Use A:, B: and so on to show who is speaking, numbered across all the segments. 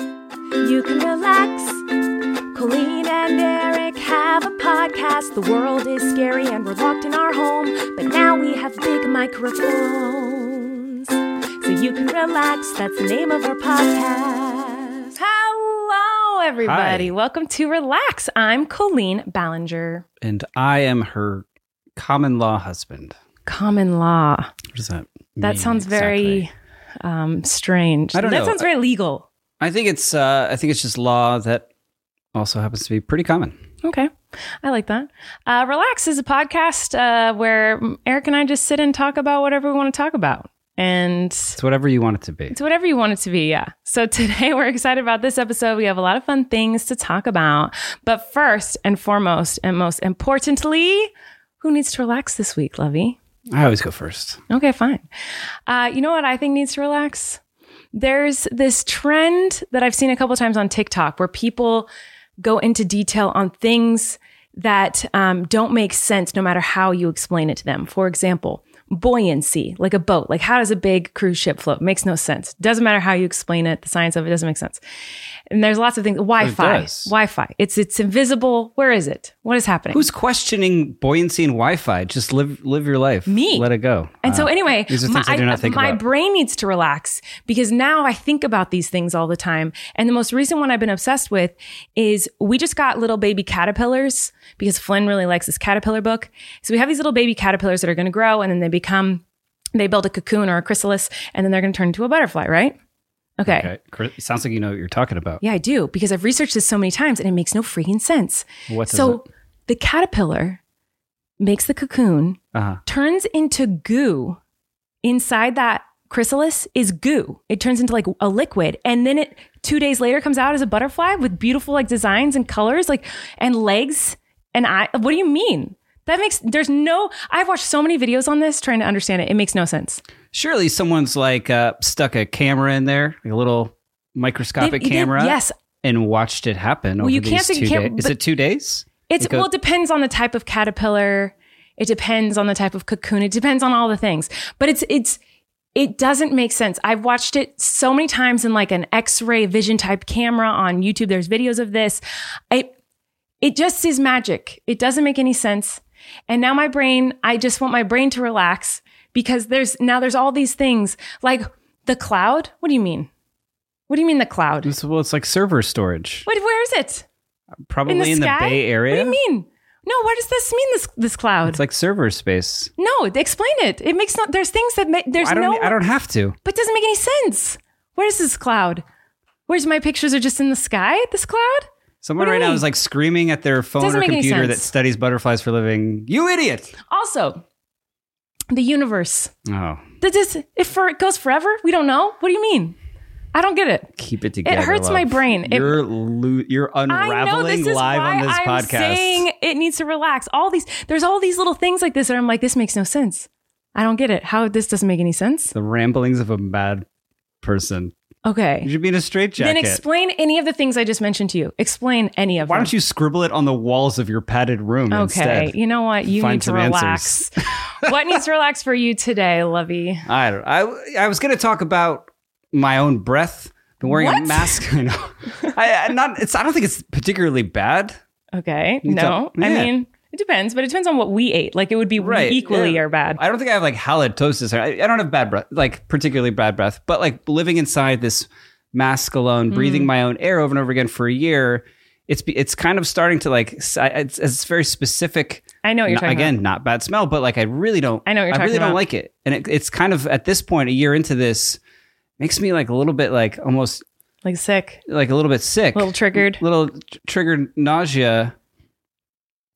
A: You can relax. Colleen and Eric have a podcast. The world is scary and we're locked in our home, but now we have big microphones. So you can relax. That's the name of our podcast. Hello, everybody.
B: Hi.
A: Welcome to Relax. I'm Colleen Ballinger.
B: And I am her common law husband.
A: Common law.
B: What does that
A: That
B: mean
A: sounds
B: exactly?
A: very um, strange.
B: I don't
A: that
B: know.
A: sounds very legal.
B: I think it's uh I think it's just law that also happens to be pretty common.
A: Okay. I like that. Uh, Relax is a podcast uh, where Eric and I just sit and talk about whatever we want to talk about. And
B: It's whatever you want it to be.
A: it's whatever you want it to be. Yeah. So today we're excited about this episode. We have a lot of fun things to talk about. But first and foremost, and most importantly, who needs to relax this week, Lovey?
B: I always go first.
A: Okay, fine. Uh, you know what I think needs to relax? There's this trend that I've seen a couple times on TikTok where people go into detail on things that um, don't make sense no matter how you explain it to them. For example, buoyancy, like a boat. Like, how does a big cruise ship float? Makes no sense. Doesn't matter how you explain it, the science of it doesn't make sense. And there's lots of things. Wi Fi.
B: does.
A: Wi Fi. It's it's invisible. Where is it? What is happening?
B: Who's questioning buoyancy and Wi-Fi? Just live live your life.
A: Me.
B: Let it go.
A: And so,
B: Wow.
A: anyway,
B: These are
A: my,
B: things I do not think
A: my
B: about.
A: brain needs to relax because now I think about these things all the time. And the most recent one I've been obsessed with is we just got little baby caterpillars because Flynn really likes this caterpillar book. So we have these little baby caterpillars that are going to grow and then they become, they build a cocoon or a chrysalis and then they're going to turn into a butterfly, right? okay.
B: okay. Chris, it sounds like you know what you're talking about.
A: Yeah, I do because I've researched this so many times and it makes no freaking sense.
B: What does
A: so the caterpillar makes the cocoon,
B: Uh-huh.
A: turns into goo. Inside that chrysalis is goo. It turns into like a liquid and then it 2 days later comes out as a butterfly with beautiful like designs and colors like and legs and eye What do you mean? That makes there's no I've watched so many videos on this trying to understand it. It makes no sense.
B: Surely someone's like uh, stuck a camera in there, like a little microscopic
A: They- they-
B: camera,
A: yes,
B: and watched it happen over
A: you
B: these
A: can't think-
B: two
A: can't-
B: days. Is
A: but-
B: it two days?
A: It's
B: It goes-
A: well, it depends on the type of caterpillar. It depends on the type of cocoon. It depends on all the things. But it's it's it doesn't make sense. I've watched it so many times in like an X-ray vision type camera on YouTube. There's videos of this. It it just is magic. It doesn't make any sense. And now my brain, I just want my brain to relax because there's now there's all these things like the cloud. What do you mean? What do you mean the cloud?
B: It's, well, it's like server storage.
A: What, where is it?
B: Probably
A: in the sky?
B: Bay Area.
A: What do you mean? No, what does this mean? This this cloud?
B: It's like server space.
A: no, explain it. It makes no. There's things that make. There's
B: I don't. e,
A: no.
B: I don't have to.
A: But it doesn't make any sense. Where's this cloud? Where's my pictures are just in the sky? This cloud?
B: Someone
A: What do
B: right
A: you
B: now
A: mean?
B: is like screaming at their phone
A: Doesn't
B: or
A: make any
B: computer that
A: sense.
B: studies butterflies for a living. You idiot!
A: Also, the universe.
B: Oh,
A: That this if for it goes forever. We don't know. What do you mean? I don't get it.
B: keep it together.
A: hurts
B: love.
A: my brain. It-
B: You're lo- you're
A: I know this
B: unraveling
A: is
B: live
A: why
B: on this
A: I'm
B: podcast.
A: saying it needs to relax. All these there's all these little things like this that I'm like this makes no sense. I don't get it. How this doesn't make any sense?
B: the ramblings of a mad person.
A: Okay.
B: You should be in a straitjacket.
A: Then explain any of the things I just mentioned to you. Explain any of
B: Why
A: them.
B: don't you scribble it on the walls of your padded room
A: Okay,
B: instead?
A: you know what? You
B: Find
A: need to
B: some
A: relax.
B: answers.
A: what needs to relax for you today, Lovey?
B: I don't. I I was going to talk about my own breath. Been wearing
A: What?
B: a mask. I know. I, I not. It's. I don't think it's particularly bad.
A: Okay,
B: You
A: no,
B: don't-
A: I
B: yeah.
A: mean it depends, but it depends on what we ate. Like it would be we
B: Right,
A: equally
B: yeah.
A: or bad.
B: I don't think I have like halitosis. Or, I, I don't have bad breath, like particularly bad breath. But like living inside this mask
A: Mm.
B: alone, breathing my own air over and over again for a year, it's be- it's kind of starting to like s- I- it's, it's very specific.
A: I know what you're
B: Not-
A: talking
B: again, not bad smell, but like I really don't.
A: I know what you're
B: I really
A: talking
B: don't
A: about.
B: like it, and it, it's kind of at this point, a year into this, makes me like a little bit like almost
A: about. Like sick,
B: like a little bit sick,
A: a little triggered.
B: little tr- triggered nausea.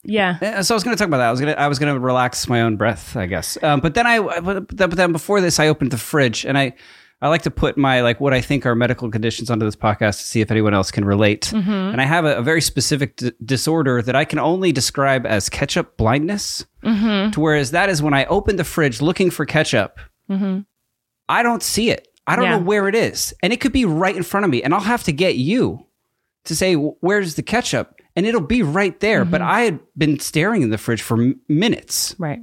A: Yeah.
B: Eh, So I was going to talk about that. I was going to I was going to relax my own breath, I guess. Um, but then I I- but then before this, I opened the fridge and I I like to put my like what I think are medical conditions onto this podcast to see if anyone else can relate. And I have a, a very specific d- disorder that I can only describe as ketchup blindness. To whereas that is when I open the fridge looking for ketchup, I don't see it. I
A: Mm-hmm.
B: don't
A: Yeah.
B: know where it is, and it could be right in front of me, and I'll have to get you to say "W- where's the ketchup and it'll be right there but
A: Mm-hmm.
B: i had been staring in the fridge for m- minutes
A: Right.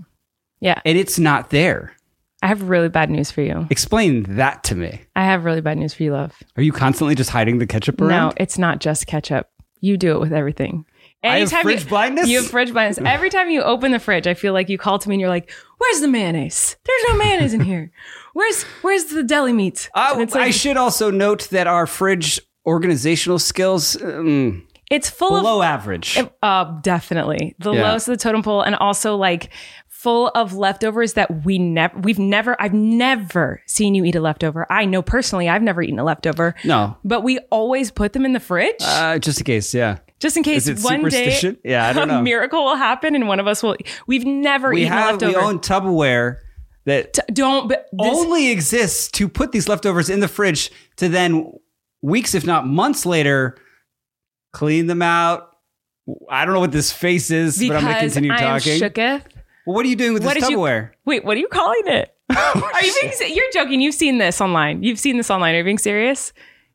A: Yeah.
B: and it's not there
A: I have really bad news for you.
B: Explain that to me.
A: I have really bad news for you, love.
B: Are you constantly just hiding the ketchup around?
A: No, it's not just ketchup. You do it with everything.
B: I have fridge
A: you,
B: blindness?
A: You have fridge blindness. Every time you open the fridge, I feel like you call to me and you're like, "Where's the mayonnaise? There's no mayonnaise in here. Where's where's the deli meat?"
B: Uh,
A: And it's
B: I
A: like,
B: should also note that our fridge organizational skills um,
A: it's full of
B: below average.
A: Uh, definitely the
B: Yeah.
A: lowest of the totem pole, and also like full of leftovers that we never, we've never, I've never seen you eat a leftover. I know personally, I've never eaten a leftover.
B: No.
A: but we always put them in the fridge
B: uh, just in case, yeah.
A: just in case
B: is it
A: one day
B: superstition? Yeah, I don't
A: a
B: know.
A: miracle will happen and one of us will. We've never
B: We
A: eaten a
B: have we
A: leftover.
B: own Tupperware that
A: T- don't. But this,
B: only exists to put these leftovers in the fridge to then weeks, if not months later, clean them out. I don't know what this face is, but I'm going to
A: because
B: continue
A: I am
B: talking.
A: shooketh.
B: Well, what are you doing with
A: What
B: this
A: did you-
B: Tupperware?
A: Wait, what are you calling it? Are you being? se- You're joking. You've seen this online. You've seen this online. Are you being serious?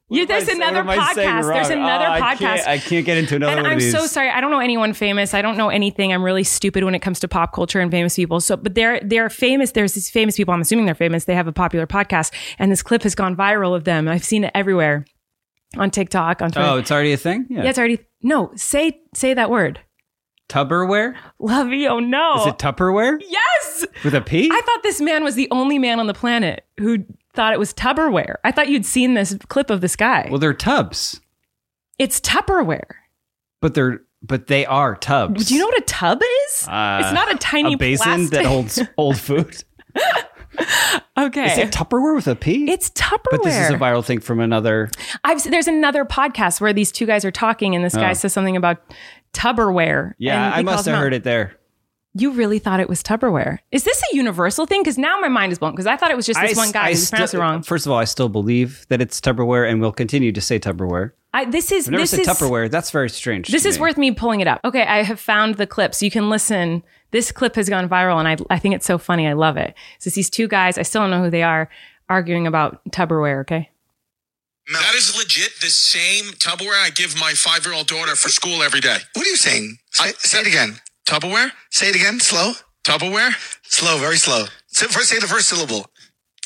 A: You,
B: What am I
A: there's
B: saying-
A: another
B: what am I saying
A: podcast. There's
B: wrong?
A: another
B: Oh, I
A: podcast.
B: can't, I can't get into another
A: and
B: one
A: I'm
B: of these.
A: so sorry. I don't know anyone famous. I don't know anything. I'm really stupid when it comes to pop culture and famous people. So, but they're they're famous. There's these famous people. I'm assuming they're famous. They have a popular podcast, and this clip has gone viral of them. I've seen it everywhere, on TikTok, on Twitter.
B: Oh, it's already a thing. Yeah,
A: yeah, it's already no. Say say that word,
B: Tupperware.
A: Lovey. Oh no.
B: Is it Tupperware
A: yes.
B: with a P?
A: I thought this man was the only man on the planet who thought it was Tupperware. I thought you'd seen this clip of this guy.
B: well, they're tubs,
A: it's Tupperware.
B: but they're but they are tubs.
A: Do you know what a tub is?
B: Uh,
A: it's not a tiny
B: a basin
A: plastic.
B: that holds old food?
A: okay.
B: Is it Tupperware with a P?
A: It's Tupperware.
B: But this is a viral thing from another.
A: I've se- there's another podcast where these two guys are talking, and this guy says something about Tupperware.
B: Oh. Yeah,
A: and
B: I
A: he
B: must
A: calls him
B: have
A: out.
B: heard it there.
A: You really thought it was Tupperware? Is this a universal thing? Because now my mind is blown. Because I thought it was just this
B: I
A: one
B: s-
A: guy
B: I
A: who's
B: still-
A: pronounced it wrong.
B: First of all, I still believe that it's Tupperware, and will continue to say Tupperware.
A: I, this is
B: I've never
A: this
B: said
A: is
B: Tupperware. That's very strange.
A: this
B: to
A: is
B: me.
A: worth me pulling it up. Okay, I have found the clip, so you can listen. This clip has gone viral, and I I think it's so funny. I love it. So it's these two guys. I still don't know who they are, arguing about Tupperware. Okay.
C: That is legit the same Tupperware I give my five year old daughter for school every day.
D: What are you saying? Say,
C: I-
D: say it again.
C: Tupperware?
D: Say it again. Slow.
C: Tupperware?
D: Slow. Very slow. Say, first, say the first syllable.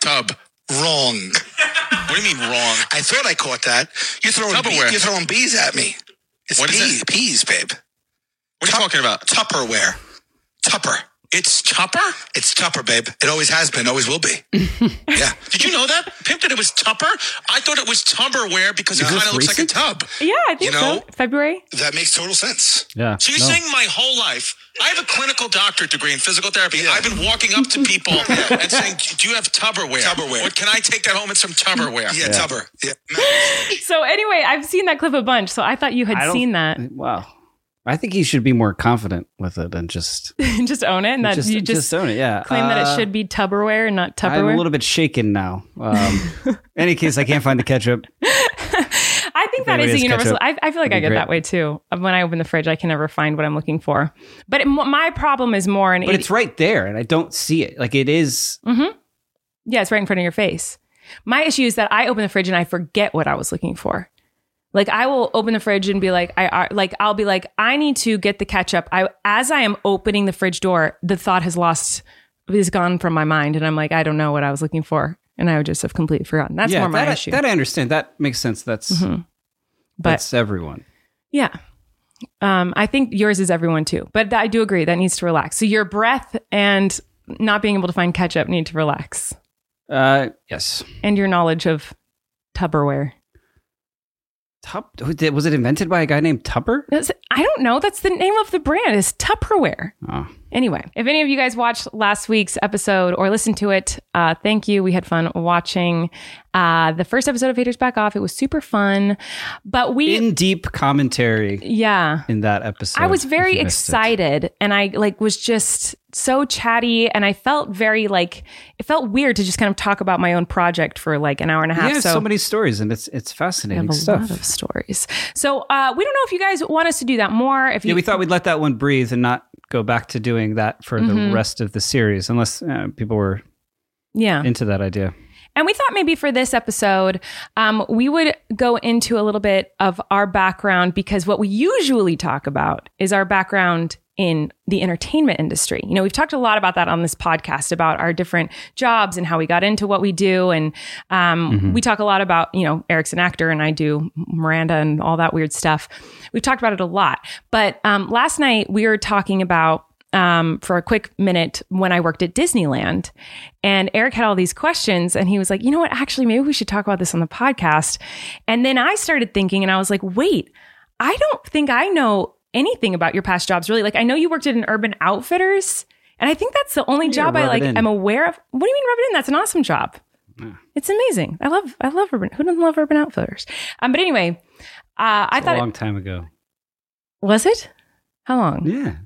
C: Tub.
D: Wrong.
C: What do you mean wrong?
D: I thought I caught that. You're throwing bee-
C: Tupperware.
D: you're throwing bees at me. It's
C: What is
D: peas,
C: it?
D: peas, babe.
C: What are you talking about?
D: Tupperware. Tupper.
C: It's Tupper?
D: It's Tupper, babe. It always has been. Always will be. yeah.
C: Did you know that? Pimp that it was Tupper? I thought it was Tupperware because it
B: this
C: kind of looks like a
B: recent?
C: tub.
A: Yeah, I think
D: You know-
A: so. February.
D: That makes total sense.
B: Yeah.
C: So you're
B: no.
C: saying my whole life, I have a clinical doctorate degree in physical therapy.
D: Yeah.
C: I've been walking up to people and saying, do you have Tupperware?
D: Tupperware.
C: Or can I take that home and some Tupperware?
D: Yeah, Tupper. Yeah.
A: So anyway, I've seen that clip a bunch. So I thought you
B: I
A: had
B: don't-
A: seen that.
B: Wow. I think he should be more confident with it and just
A: just own it, and that
B: just,
A: you
B: just,
A: just,
B: own it. Yeah.
A: claim that
B: Uh,
A: it should be Tupperware and not
B: I'm
A: Tupperware.
B: a little bit shaken now. Um, any case, I can't find the ketchup.
A: I think that
B: Maybe
A: is a
B: it's
A: universal. I,
B: ketchup.
A: I feel like I
B: That'd
A: get
B: be
A: that
B: great.
A: way too. When I open the fridge, I can never find what I'm looking for. But it, my problem is more, and
B: But it's right there, and I don't see it. Like it is.
A: yeah, it's right in front of your face. My issue is that I open the fridge and I forget what I was looking for. Like I will open the fridge and be like, I I- like I'll be like, I need to get the ketchup. I as I am opening the fridge door, the thought has lost, is gone from my mind, and I'm like, I don't know what I was looking for, and I would just have completely forgotten. That's
B: yeah,
A: more my
B: that, I-
A: issue. Mm-hmm,
B: that I understand. That makes sense. That's
A: but
B: that's everyone.
A: Yeah. Um, I think yours is everyone too, but I do agree that needs to relax. So your breath and not being able to find ketchup need to relax,
B: Uh, yes.
A: and your knowledge of Tupperware.
B: Tup- who did- was it invented by a guy named Tupper?
A: That's, I don't know. That's the name of the brand is Tupperware.
B: Oh.
A: Anyway, if any of you guys watched last week's episode or listened to it, uh, thank you. We had fun watching uh, the first episode of Haters Back Off. It was super fun, but we
B: In deep commentary
A: yeah
B: in that episode.
A: I was
B: if
A: very
B: you missed it.
A: excited and I like was just so chatty and I felt very like it felt weird to just kind of talk about my own project for like an hour and a half.
B: Yeah,
A: so
B: so many stories, and it's
A: I
B: it's
A: have
B: fascinating
A: a
B: stuff.
A: lot of stories. So uh, we don't know if you guys want us to do that more. If you
B: Yeah, we thought we'd let that one breathe and not go back to
A: Mm-hmm.
B: doing that for the rest of the series, unless uh, people were
A: yeah.
B: into that idea.
A: And we thought maybe for this episode, um, we would go into a little bit of our background because what we usually talk about is our background in the entertainment industry. You know, we've talked a lot about that on this podcast about our different jobs and how we got into what we do. And um, we talk a lot about, you know, Eric's an actor and I do Miranda and all that weird stuff. We've talked about it a lot. But um, last night we were talking about um, for a quick minute when I worked at Disneyland. And Eric had all these questions, and he was like, you know what? Actually, maybe we should talk about this on the podcast. And then I started thinking, and I was like, wait, I don't think I know anything about your past jobs, really. Like, I know you worked at an Urban Outfitters, and I think that's the only job I
B: rub it
A: like
B: in.
A: am aware of. What do you mean rub it in? That's an awesome job. It's amazing. I love I love Urban. Who doesn't love Urban Outfitters? Um, but anyway, uh, I
B: a
A: thought it-
B: long time ago.
A: was it how long?
B: Yeah.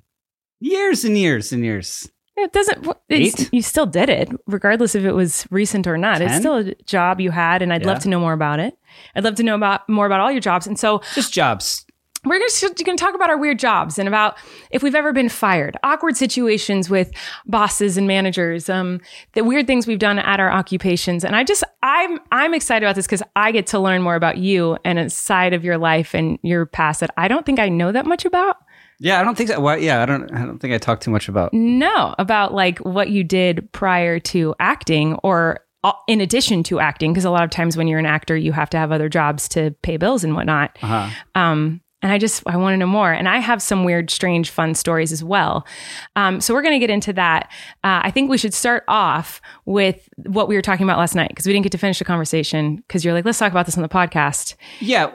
B: Years and years and years.
A: It doesn't. wh- It's,
B: Eight?
A: You still did it, regardless if it was recent or not. It's
B: Ten?
A: still a job you had, and I'd
B: Yeah.
A: love to know more about it. I'd love to know about more about all your jobs. And so
B: Just jobs.
A: we're going to talk about our weird jobs and about if we've ever been fired, awkward situations with bosses and managers, um, the weird things we've done at our occupations. And I just I'm I'm excited about this because I get to learn more about you and a side of your life and your past that I don't think I know that much about.
B: Yeah, I don't think that. Well, yeah, I don't. I don't think I talk too much about.
A: No, about like what you did prior to acting or uh, in addition to acting, because a lot of times when you're an actor, you have to have other jobs to pay bills and whatnot.
B: Uh-huh.
A: Um, and I just I want to know more. And I have some weird, strange, fun stories as well. Um, so we're going to get into that. Uh, I think we should start off with what we were talking about last night because we didn't get to finish the conversation because you're like, let's talk about this on the podcast.
B: Yeah,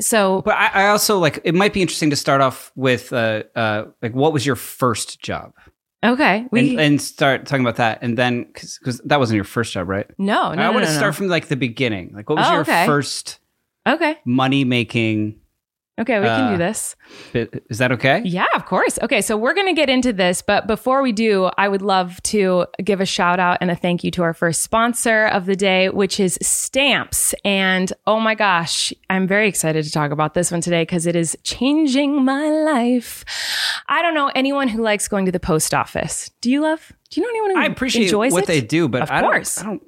A: So
B: but I, I also like. It might be interesting to start off with, uh, uh, like, what was your first job,
A: okay, we
B: and, and start talking about that, and then because that wasn't your first job, right?
A: no, Oh, no,
B: I
A: no,
B: want to
A: no, no.
B: start from like the beginning. Like, what was
A: Oh,
B: your
A: okay.
B: first
A: okay,
B: money making?
A: okay, we
B: Uh,
A: can do this.
B: Is that okay?
A: Yeah, of course. Okay, so we're going to get into this, but before we do, I would love to give a shout out and a thank you to our first sponsor of the day, which is Stamps. And oh my gosh, I'm very excited to talk about this one today because it is changing my life. I don't know anyone who likes going to the post office. Do you love? Do you know anyone who
B: I appreciate
A: enjoys
B: what
A: it?
B: they do, but
A: Of
B: I don't.
A: course.
B: I don't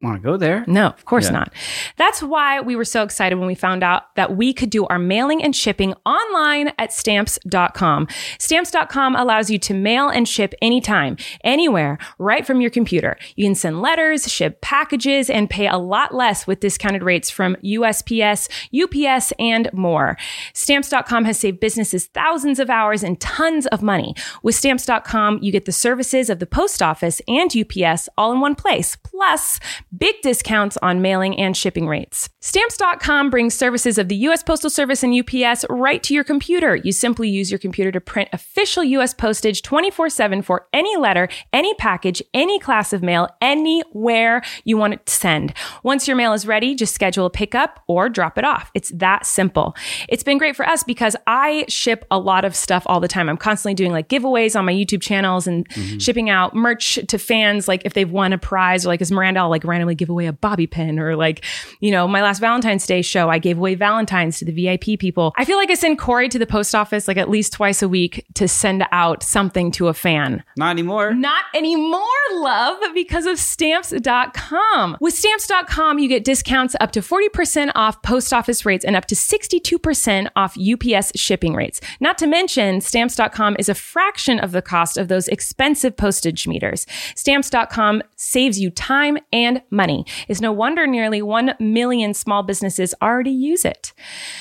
B: want to go there.
A: No, of course
B: Yeah.
A: not. That's why we were so excited when we found out that we could do our mailing and shipping online at stamps.com. Stamps.com allows you to mail and ship anytime, anywhere, right from your computer. You can send letters, ship packages, and pay a lot less with discounted rates from USPS, UPS, and more. Stamps.com has saved businesses thousands of hours and tons of money. With Stamps.com, you get the services of the post office and UPS all in one place, plus big discounts on mailing and shipping rates. Stamps.com brings services of the U.S. Postal Service and UPS right to your computer. You simply use your computer to print official U.S. postage 24 7 for any letter, any package, any class of mail, anywhere you want it to send. Once your mail is ready, just schedule a pickup or drop it off. It's that simple. It's been great for us because I ship a lot of stuff all the time. I'm constantly doing like giveaways on my YouTube channels and shipping out merch to fans, like if they've won a prize or like as Miranda, I'll like randomly give away a bobby pin or like, you know, my last Valentine's Day show, I gave away Valentine's to the VIP people. I feel like I send Corey to the post office like at least twice a week to send out something to a fan.
B: Not anymore.
A: Not anymore, love, because of stamps.com. With stamps.com, you get discounts up to 40% off post office rates and up to 62% off UPS shipping rates. Not to mention, stamps.com is a fraction of the cost of those expensive postage meters. Stamps.com saves you time and money. It's no wonder nearly 1 million small businesses already use it.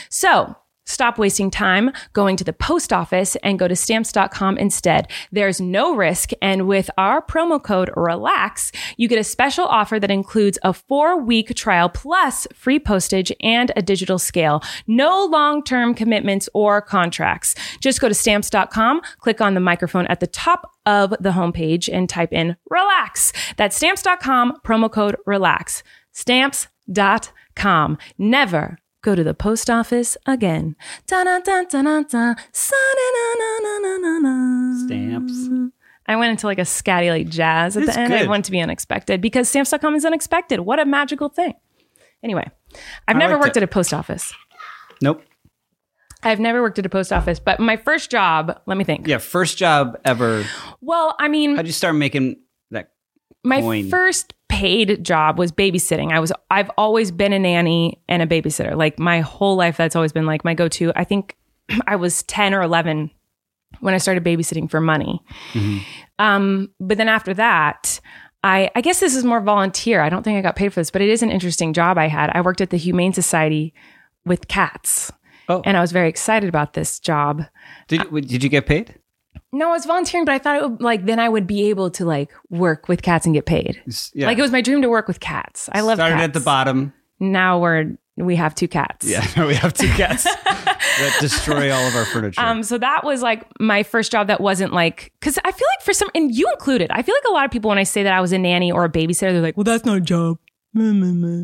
A: So, Stop wasting time going to the post office and go to stamps.com instead. There's no risk. And with our promo code RELAX, you get a special offer that includes a four week trial plus free postage and a digital scale. No long term commitments or contracts. Just go to stamps.com, click on the microphone at the top of the homepage and type in RELAX. That's stamps.com, promo code RELAX. Stamps.com. Never go to the post office again. Dun-dun-dun-dun-dun-dun. Sa-na-na-na-na-na-na.
B: Stamps.
A: I went into like a scatty like jazz at
B: It's
A: the end. I
B: good.
A: wanted to be unexpected because stamps.com is unexpected. What a magical thing. Anyway, I've
B: I
A: never
B: liked
A: worked at
B: it.
A: a post office.
B: Nope.
A: I've never worked at a post office, but my first job, let me think.
B: Yeah, first job ever.
A: Well, I mean,
B: How'd you start making that
A: My
B: Coin.
A: first paid job was babysitting. I was I've always been a nanny and a babysitter. Like my whole life that's always been like my go-to. I think I was 10 or 11 when I started babysitting for money.
B: Mm-hmm.
A: Um, but then after that, I, I guess this is more volunteer. I don't think I got paid for this, but it is an interesting job I had. I worked at the Humane Society with cats.
B: Oh.
A: And I was very excited about this job.
B: Did, w- did you get paid?
A: No, I was volunteering, but I thought it would like then I would be able to like work with cats and get paid.
B: S- Yeah.
A: Like it was my dream to work with cats. I love
B: Started
A: cats.
B: at the bottom.
A: Now we're we have two cats.
B: Yeah, we have two cats that destroy all of our furniture.
A: Um, so that was like my first job that wasn't like, because I feel like for some, and you included, I feel like a lot of people when I say that I was a nanny or a babysitter, they're like, well, that's not a job. Meh, meh, meh.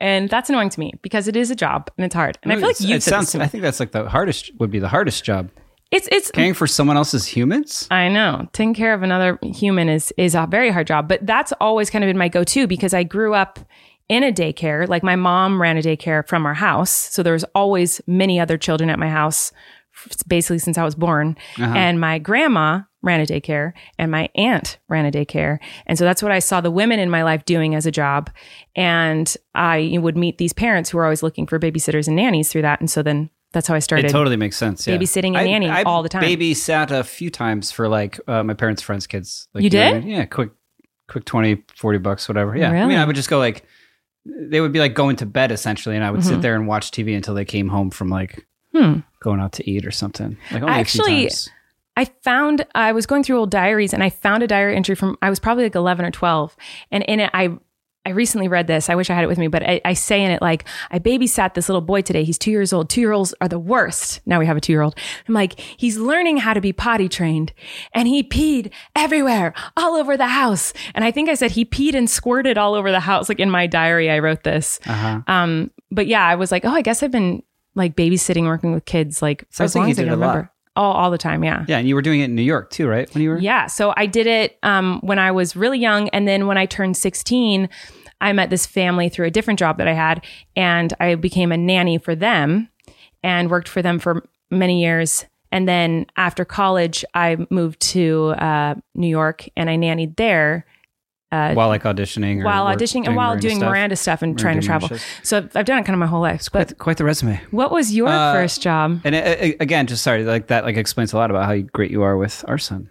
A: And that's annoying to me because it is a job and it's hard. And I feel like
B: It's-
A: you
B: it
A: said
B: sounds.
A: this to
B: I
A: me.
B: think that's like the hardest would be the hardest job.
A: It's, it's,
B: Paying for someone else's humans.
A: I know. Taking care of another human is is a very hard job, but that's always kind of been my go-to because I grew up in a daycare. Like my mom ran a daycare from our house, so there was always many other children at my house f- basically since I was born. And my grandma ran a daycare and my aunt ran a daycare. And so that's what I saw the women in my life doing as a job. And I would meet these parents who were always looking for babysitters and nannies through that. And so then that's how I started.
B: It totally makes sense. Yeah.
A: Babysitting and
B: I-
A: nannying
B: I
A: all the time.
B: Babysat a few times for like uh, my parents' friends' kids. Like,
A: You
B: know what I
A: did?
B: mean? Yeah, quick, quick 20, 40 bucks, whatever. Yeah. I mean,
A: Really?
B: I would just go like, they would be like going to bed essentially, and I would
A: Mm-hmm.
B: sit there and watch TV until they came home from like going out to eat or something. Like only a few
A: Hmm. Actually,
B: times.
A: I found I was going through old diaries and I found a diary entry from I was probably like 11 or 12 and in it I I recently read this. I wish I had it with me, but I, I say in it like I babysat this little boy today. He's two years old. Two year olds are the worst. Now we have a two year old. I'm like he's learning how to be potty trained, and he peed everywhere, all over the house. And I think I said he peed and squirted all over the house. Like in my diary, I wrote this.
B: Uh-huh.
A: Um, but yeah, I was like, oh, I guess I've been like babysitting, working with kids like for
B: Sounds
A: as
B: like
A: long
B: you
A: as I
B: did
A: can
B: a lot.
A: remember. All, all the time, yeah.
B: yeah, and you were doing it in New York too, right? When you were
A: Yeah. So I did it um, when I was really young. And then when I turned 16, I met this family through a different job that I had. And I became a nanny for them and worked for them for many years. And then after college, I moved to uh, New York and I nannied there
B: while like auditioning, or
A: while
B: work-
A: auditioning and while doing
B: stuff?
A: Miranda stuff and trying to
B: Miranda
A: travel.
B: shows.
A: So I've- I've done it kind of my whole life. But
B: Quite the resume.
A: what was your
B: Uh,
A: first job?
B: And uh, uh, again, just sorry, like that, like explains a lot about how great you are with our son.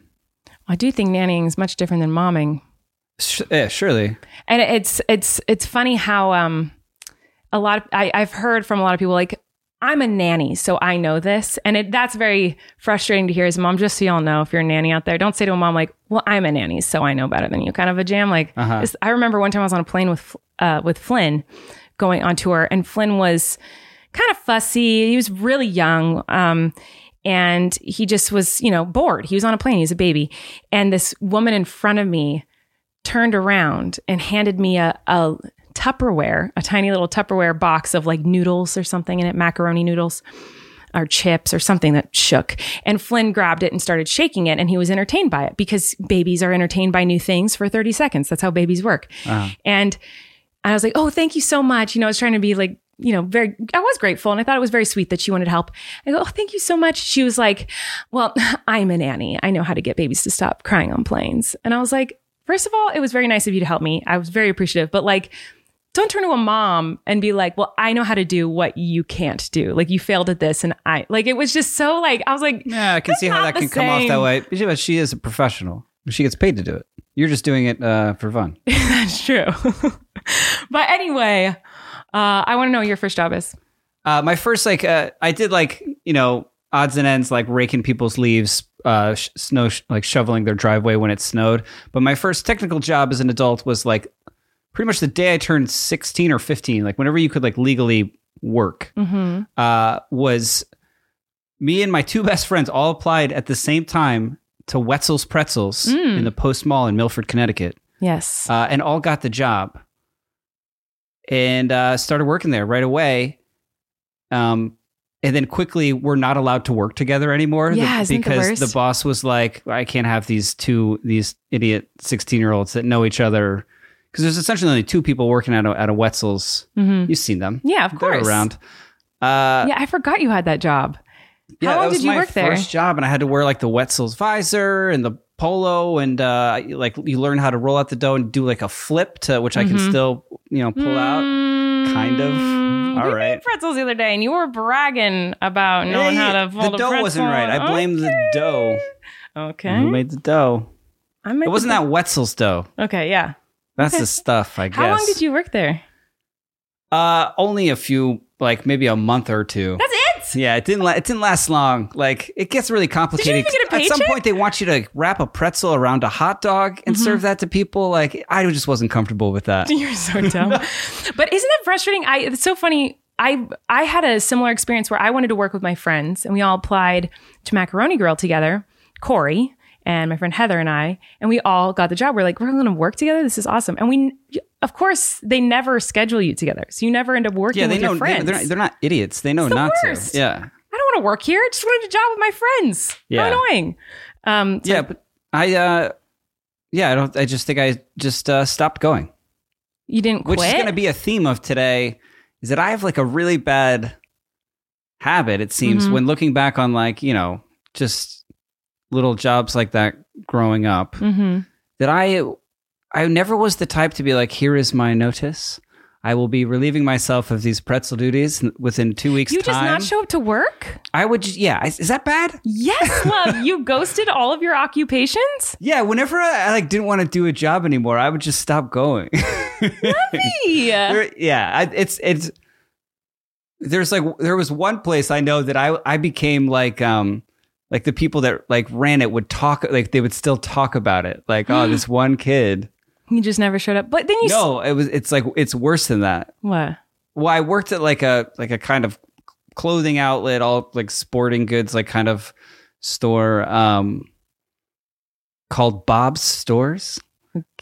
A: I do think nannying is much different than momming.
B: Sh- yeah, surely.
A: and it's it's it's funny how um a lot of I, I've heard from a lot of people like I'm a nanny, so I know this, and it, that's very frustrating to hear as a mom. Just so y'all know, if you're a nanny out there, don't say to a mom like, "Well, I'm a nanny, so I know better than you." Kind of a jam. Like it's- I remember one time I was on a plane with uh, with Flynn going on tour, and Flynn was kind of fussy. He was really young. Um, and he just was, you know, bored. He was on a plane. He was a baby. And this woman in front of me turned around and handed me a, a Tupperware, a tiny little Tupperware box of like noodles or something in it, macaroni noodles or chips or something that shook. And Flynn grabbed it and started shaking it. And he was entertained by it because babies are entertained by new things for 30 seconds. That's how babies work. And I was like, oh, thank you so much. You know, I was trying to be like, you know, very, I was grateful and I thought it was very sweet that she wanted help. I go, oh, thank you so much. She was like, well, I'm a nanny. I know how to get babies to stop crying on planes. And I was like, first of all, it was very nice of you to help me. I was very appreciative, but like, don't turn to a mom and be like, well, I know how to do what you can't do. Like, you failed at this. And I, like, it was just so like, I was like,
B: Yeah, I can
A: That's
B: see how
A: not
B: that
A: the
B: can come off that
A: same.
B: way. But she- But she is a professional. She gets paid to do it. You're just doing it uh, for fun.
A: that's true. but anyway, uh, I want to know what your first job is.
B: Uh, my first, like, uh, I did like you know odds and ends, like raking people's leaves, uh, sh- snow, sh- like shoveling their driveway when it snowed. But my first technical job as an adult was like pretty much the day I turned 16 or 15, like whenever you could like legally work, uh, was me and my two best friends all applied at the same time to Wetzel's Pretzels in the Post Mall in Milford, Connecticut,
A: Yes.
B: uh, and all got the job and uh, started working there right away. Um, and then quickly, we're not allowed to work together anymore
A: Yeah,
B: the-
A: isn't it the
B: because
A: worst?
B: the boss was like, "I can't have these two these idiot sixteen year olds that know each other." Because there's essentially only two people working at a, at a Wetzel's.
A: Mhm.
B: You've seen them,
A: Yeah, of
B: They're
A: course.
B: around. Uh,
A: yeah, I forgot you had that job.
B: yeah,
A: How
B: that
A: long
B: was
A: did you
B: my
A: work there?
B: First job, and I had to wear like the Wetzel's visor and the polo and uh, you- like you learn how to roll out the dough and do like a flip to which I can
A: Mm-hmm.
B: still you know pull out. Kind of.
A: Mm,
B: All
A: we
B: right.
A: made pretzels the other day, and you were bragging about knowing
B: Hey,
A: how to fold
B: the
A: a
B: dough
A: pretzel.
B: wasn't right. I blame the dough.
A: Okay.
B: Who made the dough?
A: I made
B: It
A: the
B: wasn't that Wetzel's dough.
A: pre- Okay. Yeah.
B: That's the stuff, I guess.
A: How long did you work there?
B: Uh, only a few, like maybe a month or two.
A: That's it.
B: yeah, it didn't. La- it didn't last long. Like it gets really complicated.
A: even get a
B: At some
A: paycheck? Mm-hmm.
B: point, they want you to wrap a pretzel around a hot dog and serve that to people. Like I just wasn't comfortable with that.
A: You're so dumb. but isn't that frustrating? I it's so funny. I I had a similar experience where I wanted to work with my friends and we all applied to Macaroni Grill together, Corey and my friend Heather and I, and we all got the job. We're like, we're gonna work together. This is awesome. And we of course they never schedule you together. So you never end up working
B: Yeah,
A: with
B: they know
A: your
B: they,
A: friends.
B: they're, not, they're not idiots. They know
A: the
B: not
A: worst.
B: to. Yeah,
A: I don't want to work here. I just wanted a job with my friends.
B: Yeah.
A: How annoying. Um so
B: yeah. But I, uh, yeah, I don't. I just think I just uh, stopped going,
A: you didn't quit.
B: which is going to be a theme of today. Is that I have like a really bad habit. It seems
A: Mhm.
B: when looking back on like you know just little jobs like that growing up.
A: mm-hmm.
B: that I I never was the type to be like, here is my notice. I will be relieving myself of these pretzel duties n- within two weeks.
A: You
B: time.
A: just not show up to work?
B: I would. ju- Yeah. I- Is that bad?
A: Yes, love. you ghosted all of your occupations?
B: Yeah. Whenever I, I like didn't want to do a job anymore, I would just stop going.
A: Yeah.
B: There- yeah. I, it's it's. There's like there was one place I know that I I became like um like the people that like ran it would talk like they would still talk about it like oh this one kid
A: You just never showed up. But then you s-
B: no it was it's like it's worse than that
A: what?
B: well i worked at like a like a kind of clothing outlet all like sporting goods like kind of store um called bob's stores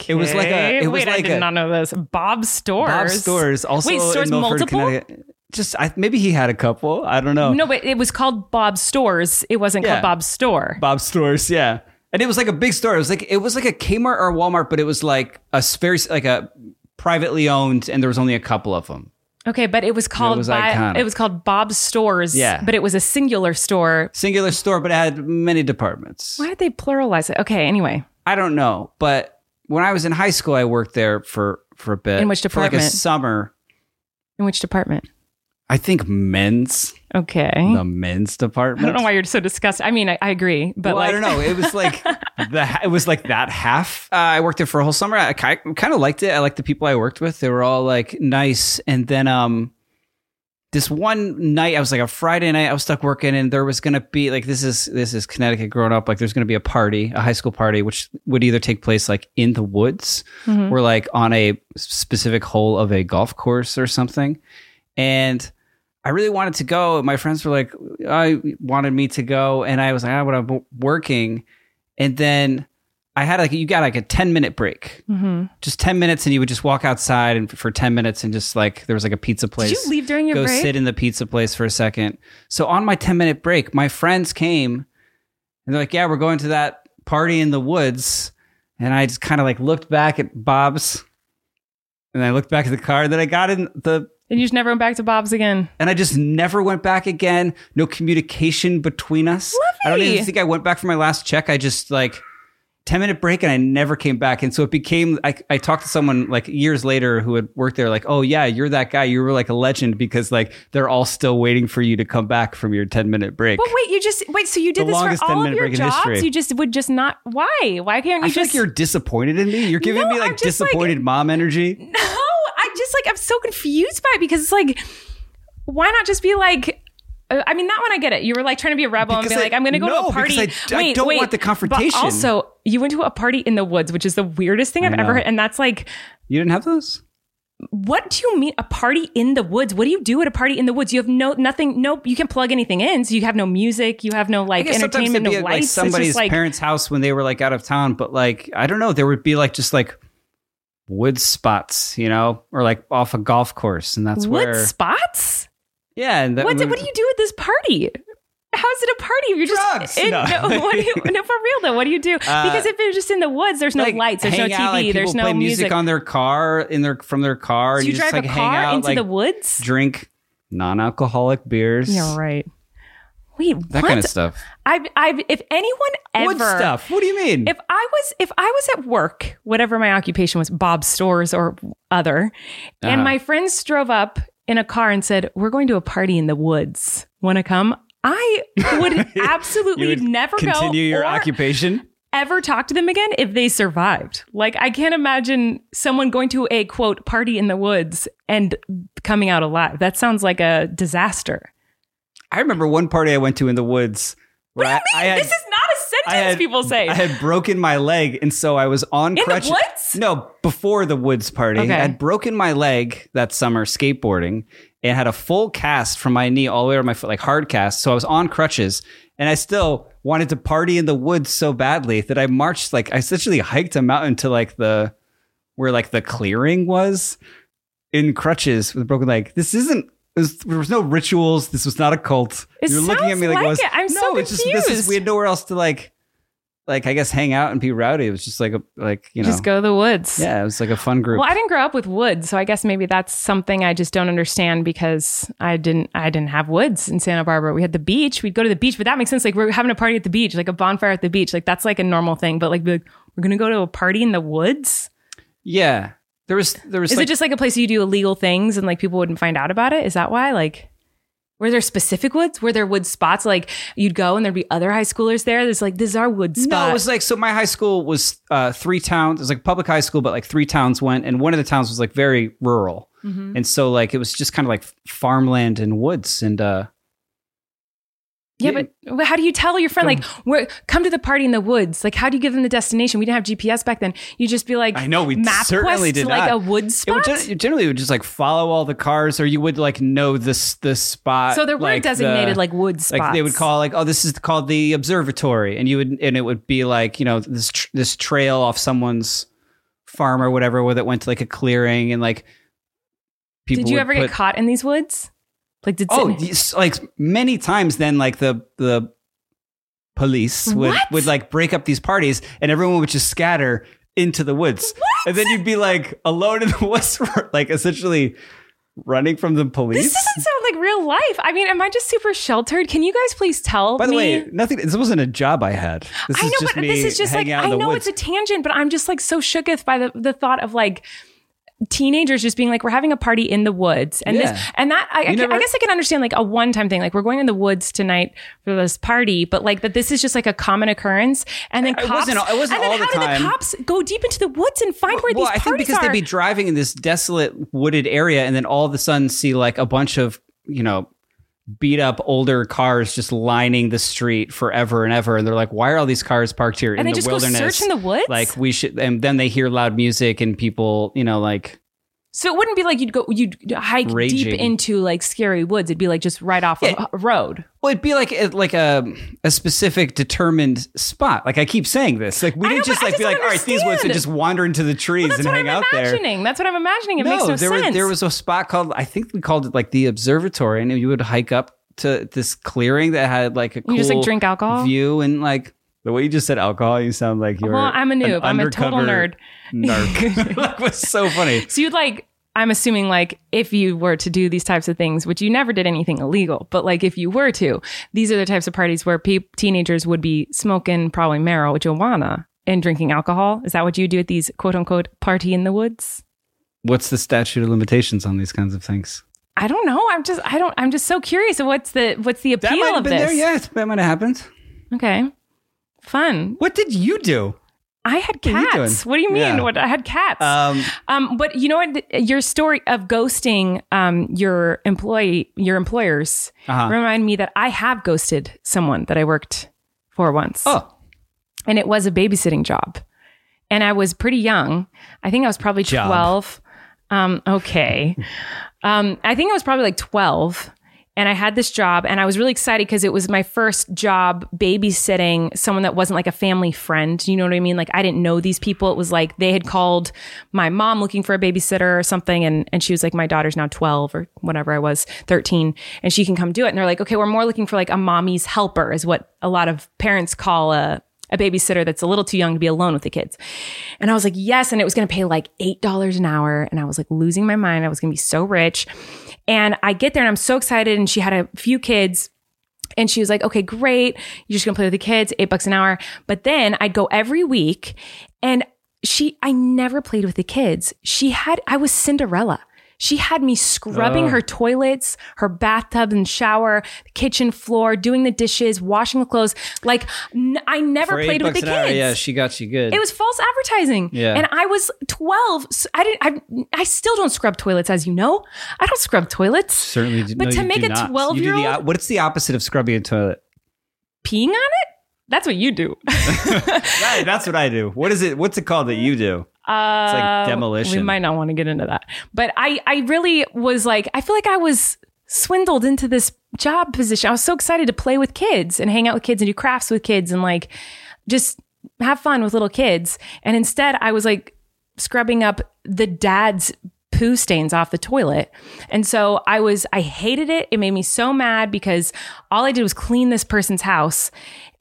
B: It was like a- it
A: Okay.
B: was
A: Wait, I
B: like
A: did
B: a-
A: not know this. Bob's stores.
B: bob's stores also
A: Wait, stores
B: in Milford,
A: multiple?
B: Connecticut. just I, maybe he had a couple i don't know
A: No, but it was called Bob's Stores. It wasn't
B: Oh. Yeah.
A: called Bob's Store.
B: bob's stores yeah and it was like a big store it was like it was like a kmart or walmart but it was like a s- very s- like a privately owned and there was only a couple of them
A: okay, but it was called
B: was
A: by-
B: iconic.
A: it was called Bob's Stores.
B: Yeah.
A: But it was a singular store.
B: singular store but it had many departments
A: Why did they pluralize it? Okay, anyway.
B: I don't know, but when I was in high school, I worked there for for a bit.
A: In which
B: For like a
A: department?
B: summer.
A: In which department?
B: I think men's
A: Okay.
B: the men's
A: I
B: department.
A: don't know why you're so disgusted. I mean, I, I agree, but
B: well,
A: like,
B: I don't know. It was like the it was like that half. Uh, I worked there for a whole summer. I, kind of liked it. I liked the people I worked with. They were all like nice. And then um, this one night, I was like a Friday night. I was stuck working, and there was gonna be like this is this is Connecticut growing up. Like there's gonna be a party, a high school party, which would either take place like in the woods
A: Mhm.
B: or like on a specific hole of a golf course or something. And I really wanted to go. My friends were like, I wanted me to go. And I was like, ah, but I'm working. And then I had like, you got like a 10 minute break,
A: Mhm.
B: just 10 minutes. And you would just walk outside and for 10 minutes and just like, there was like a pizza place.
A: Did you leave during your
B: go
A: break?
B: sit in the pizza place for a second. So on my 10 minute break, my friends came and they're like, yeah, we're going to that party in the woods. And I just kind of like looked back at Bob's and I looked back at the car. And then I got in the
A: and you just never went back to Bob's again.
B: and I just never went back again. No communication between us. I don't even think I went back for my last check. I just like 10 minute break and I never came back. And so it became, I, I talked to someone like years later who had worked there, like, oh yeah, you're that guy. You were like a legend because like they're all still waiting for you to come back from your 10 minute break.
A: But wait, you just wait. So you did
B: The
A: this
B: longest
A: for all of
B: 10-minute
A: your
B: break in
A: jobs.
B: history.
A: You just would just not. Why? Why can't you
B: I feel
A: just?
B: like you're disappointed in me. You're giving
A: No,
B: me
A: I'm
B: like
A: just, like-
B: disappointed mom energy.
A: no, I just like I'm so confused by it because it's like, why not just be like. uh, I mean, that one I get it. You were like trying to be a rebel and
B: Because
A: be like,
B: I-
A: "I'm going to go to
B: no,
A: a party."
B: because I- I
A: wait,
B: don't
A: wait.
B: want the confrontation.
A: But also, you went to a party in the woods, which is the weirdest thing I've
B: know.
A: ever heard. And that's like,
B: You didn't have those?
A: what do you mean a party in the woods? What do you do at a party in the woods? You have no nothing. No, you can't plug anything in. So you have no music. You have no like
B: sometimes
A: entertainment.
B: it'd
A: No
B: be
A: lights.
B: at, like
A: It's just,
B: somebody's
A: like,
B: parents' house when they were like out of town, but like I don't know, there would be like just like wood spots, you know, or like off a golf course, and that's
A: wood
B: where
A: spots.
B: yeah. And that
A: What,
B: would-
A: what do you do at this party? How is it a party? You're
B: Drugs.
A: just in,
B: No. Uh,
A: no. what do you, no, for real though. What do you do? because if you're just in the woods, there's no
B: like,
A: lights, there's no
B: hang
A: TV,
B: out, like,
A: there's
B: people
A: no
B: play
A: music.
B: on their car in their from their car.
A: so
B: and
A: you,
B: just,
A: drive
B: like,
A: a
B: hang
A: car
B: out,
A: into
B: like,
A: the woods.
B: drink non-alcoholic beers.
A: You're right. Wait,
B: that
A: what?
B: kind of stuff.
A: I've, I've, if anyone ever,
B: Wood stuff. What do you mean?
A: if I was if I was at work, whatever my occupation was, Bob Stores or other, and
B: Uh-huh.
A: my friends drove up in a car and said, "We're going to a party in the woods. Want to come?" I would absolutely
B: you would
A: never go
B: continue your
A: or
B: occupation.
A: ever talk to them again if they survived. Like I can't imagine someone going to a quote party in the woods and coming out alive. That sounds like a disaster.
B: I remember one party I went to in the woods. Where
A: What do you
B: I,
A: mean?
B: I had,
A: this is not a sentence
B: had-
A: people say.
B: I had broken my leg, and so I was on
A: the
B: crutches.
A: woods?
B: No, before the woods party,
A: Okay.
B: I had broken my leg that summer skateboarding, and had a full cast from my knee all the way over my foot, like hard cast. So I was on crutches, and I still wanted to party in the woods so badly that I marched like I essentially hiked a mountain to like the where like the clearing was in crutches with a broken leg. This isn't. it was- There was no rituals. This was not a cult.
A: It
B: You're looking at
A: sounds
B: me like,
A: like
B: it was.
A: it. I'm
B: no,
A: so
B: it's just this is
A: confused.
B: we had nowhere else to like, like I guess hang out and be rowdy. It was just like a like you know
A: Just go to the woods.
B: yeah, it was like a fun group.
A: Well, I didn't grow up with woods, so I guess maybe that's something I just don't understand because I didn't I didn't have woods in Santa Barbara. We had the beach. We'd go to the beach, but that makes sense. Like we're having a party at the beach, like a bonfire at the beach. Like that's like a normal thing. But like, be like we're gonna go to a party in the woods.
B: yeah, there was there was
A: Is
B: like
A: it just like a place you do illegal things and like people wouldn't find out about it? Is that why? Like, were there specific woods? Were there wood spots? Like you'd go and there'd be other high schoolers there. There's like this is our wood spot.
B: No, it was like so. My high school was uh, three towns. It was like a public high school, but like three towns went, and one of the towns was like very rural,
A: Mm-hmm.
B: and so like it was just kind of like farmland and woods, and uh,
A: Yeah,
B: Yeah.
A: but how do you tell your friend like we're come to the party in the woods? Like how do you give them the destination? We didn't have GPS back then. You just be like,
B: I know, we
A: map
B: certainly
A: quest
B: did
A: to, like
B: not.
A: a wood
B: it would
A: spot.
B: gen- it generally would just like follow all the cars, or you would like know this this spot.
A: so there were
B: uh, like, the-
A: designated like wood spots.
B: Like they would call like, oh, this is called the observatory, and you would and it would be like you know this tr- this trail off someone's farm or whatever, where that went to like a clearing and like. People
A: Did you
B: would
A: ever
B: put,
A: get caught in these woods? Like did
B: Oh,
A: some-
B: yes, like many times then like the the police would
A: What?
B: would like break up these parties and everyone would just scatter into the woods. And then you'd be like alone in the woods like essentially running from the
A: this
B: police.
A: doesn't sound like real life. I mean, am I just super sheltered? Can you guys please tell
B: By the
A: me?
B: way, nothing this wasn't a job I had. This
A: I
B: is
A: know,
B: just
A: but
B: me
A: this is just like
B: hanging out
A: I
B: in the
A: know
B: woods.
A: it's a tangent, but I'm just like so shooketh by the the thought of like teenagers just being like we're having a party in the woods and
B: Yeah.
A: this and that I, I, can-
B: never-
A: I guess i can understand like a one-time thing like we're going in the woods tonight for this party but like that this is just like a common occurrence and then
B: It
A: cops
B: wasn't- it wasn't
A: and then
B: all the
A: how
B: time.
A: do the cops go deep into the woods and find where
B: well,
A: these
B: I think
A: parties
B: because
A: are
B: they'd be driving in this desolate wooded area, and then all of a sudden see like a bunch of you know beat up older cars just lining the street forever and ever, and they're like, "Why are all these cars parked here in
A: and they
B: the
A: just
B: wilderness?"
A: go search in the woods
B: like we should, and then they hear loud music and people, you know, like
A: so it wouldn't be like you'd go you'd hike
B: Raging.
A: deep into like scary woods it'd be like just right off
B: Yeah.
A: a a road
B: well, it'd be like a, like a a specific determined spot. Like I keep saying this, like we
A: I
B: didn't
A: know,
B: just
A: but I
B: like
A: just
B: be like,
A: don't
B: all right, these woods, and
A: understand.
B: just wander into the trees
A: that's
B: and
A: what
B: hang
A: i'm
B: out there.
A: imagining that's what i'm imagining it makes no
B: there
A: sense
B: Was, there was a spot called I think we called it like the observatory, and you would hike up to this clearing that had like a cool
A: You just, like, drink alcohol?
B: view and like the way you just said alcohol, you sound like you're
A: Well, I'm a
B: an
A: noob. I'm a total
B: undercover
A: nerd.
B: Narc, like was so funny.
A: So you'd like, I'm assuming like if you were to do these types of things, which you never did anything illegal, but like if you were to, these are the types of parties where pe- teenagers would be smoking probably marijuana and drinking alcohol. Is that what you do at these quote unquote party in the woods?
B: What's the statute of limitations on these kinds of things?
A: I don't know. I'm just I don't I'm just so curious of what's the what's the
B: That
A: appeal
B: might have
A: of
B: been
A: this.
B: there. Yeah, that might have happened.
A: Okay. Fun.
B: What did you do?
A: I had
B: What are you
A: cats.
B: doing?
A: What do you mean?
B: Yeah.
A: What I had cats.
B: Um,
A: Um, but you know what? Your story of ghosting um, your employee, your employers,
B: Uh-huh.
A: remind me that I have ghosted someone that I worked for once,
B: oh,
A: and it was a babysitting job, and I was pretty young. I think I was probably
B: Job.
A: twelve. Um, okay, um, I think I was probably like twelve. And I had this job, and I was really excited because it was my first job babysitting someone that wasn't like a family friend. You know what I mean? Like I didn't know these people. It was like they had called my mom looking for a babysitter or something, and and she was like, my daughter's now twelve or whatever I was, thirteen, and she can come do it. And they're like, okay, we're more looking for like a mommy's helper is what a lot of parents call a. A babysitter that's a little too young to be alone with the kids. And I was like, yes. And it was going to pay like $8 an hour. And I was like losing my mind. I was going to be so rich. And I get there and I'm so excited. And she had a few kids. And she was like, okay, great. You're just going to play with the kids, eight bucks an hour. But then I'd go every week and she, I never played with the kids. She had, I was Cinderella. She had me scrubbing
B: Oh.
A: her toilets, her bathtub and shower, kitchen floor, doing the dishes, washing the clothes. Like n- I never
B: For eight
A: played with the
B: bucks
A: kids.
B: an hour, yeah, she got you good.
A: It was false advertising.
B: Yeah.
A: And I was 12. So I didn't I, I still don't scrub toilets as you know. I don't scrub toilets.
B: certainly. Do,
A: But
B: no,
A: to
B: you
A: make
B: do
A: a
B: not. You do the
A: 12-year-old
B: op- what's the opposite of scrubbing a toilet?
A: Peeing on it? That's what you do.
E: Right, that's what I do. What is it? What's it called that you do?
A: it's
E: like demolition.
A: Uh, We might not want to get into that. But I I really was like I feel like I was swindled into this job position. I was so excited to play with kids and hang out with kids and do crafts with kids and like just have fun with little kids. And instead I was like scrubbing up the dad's poo stains off the toilet. And so I was, I hated it. It made me so mad because all I did was clean this person's house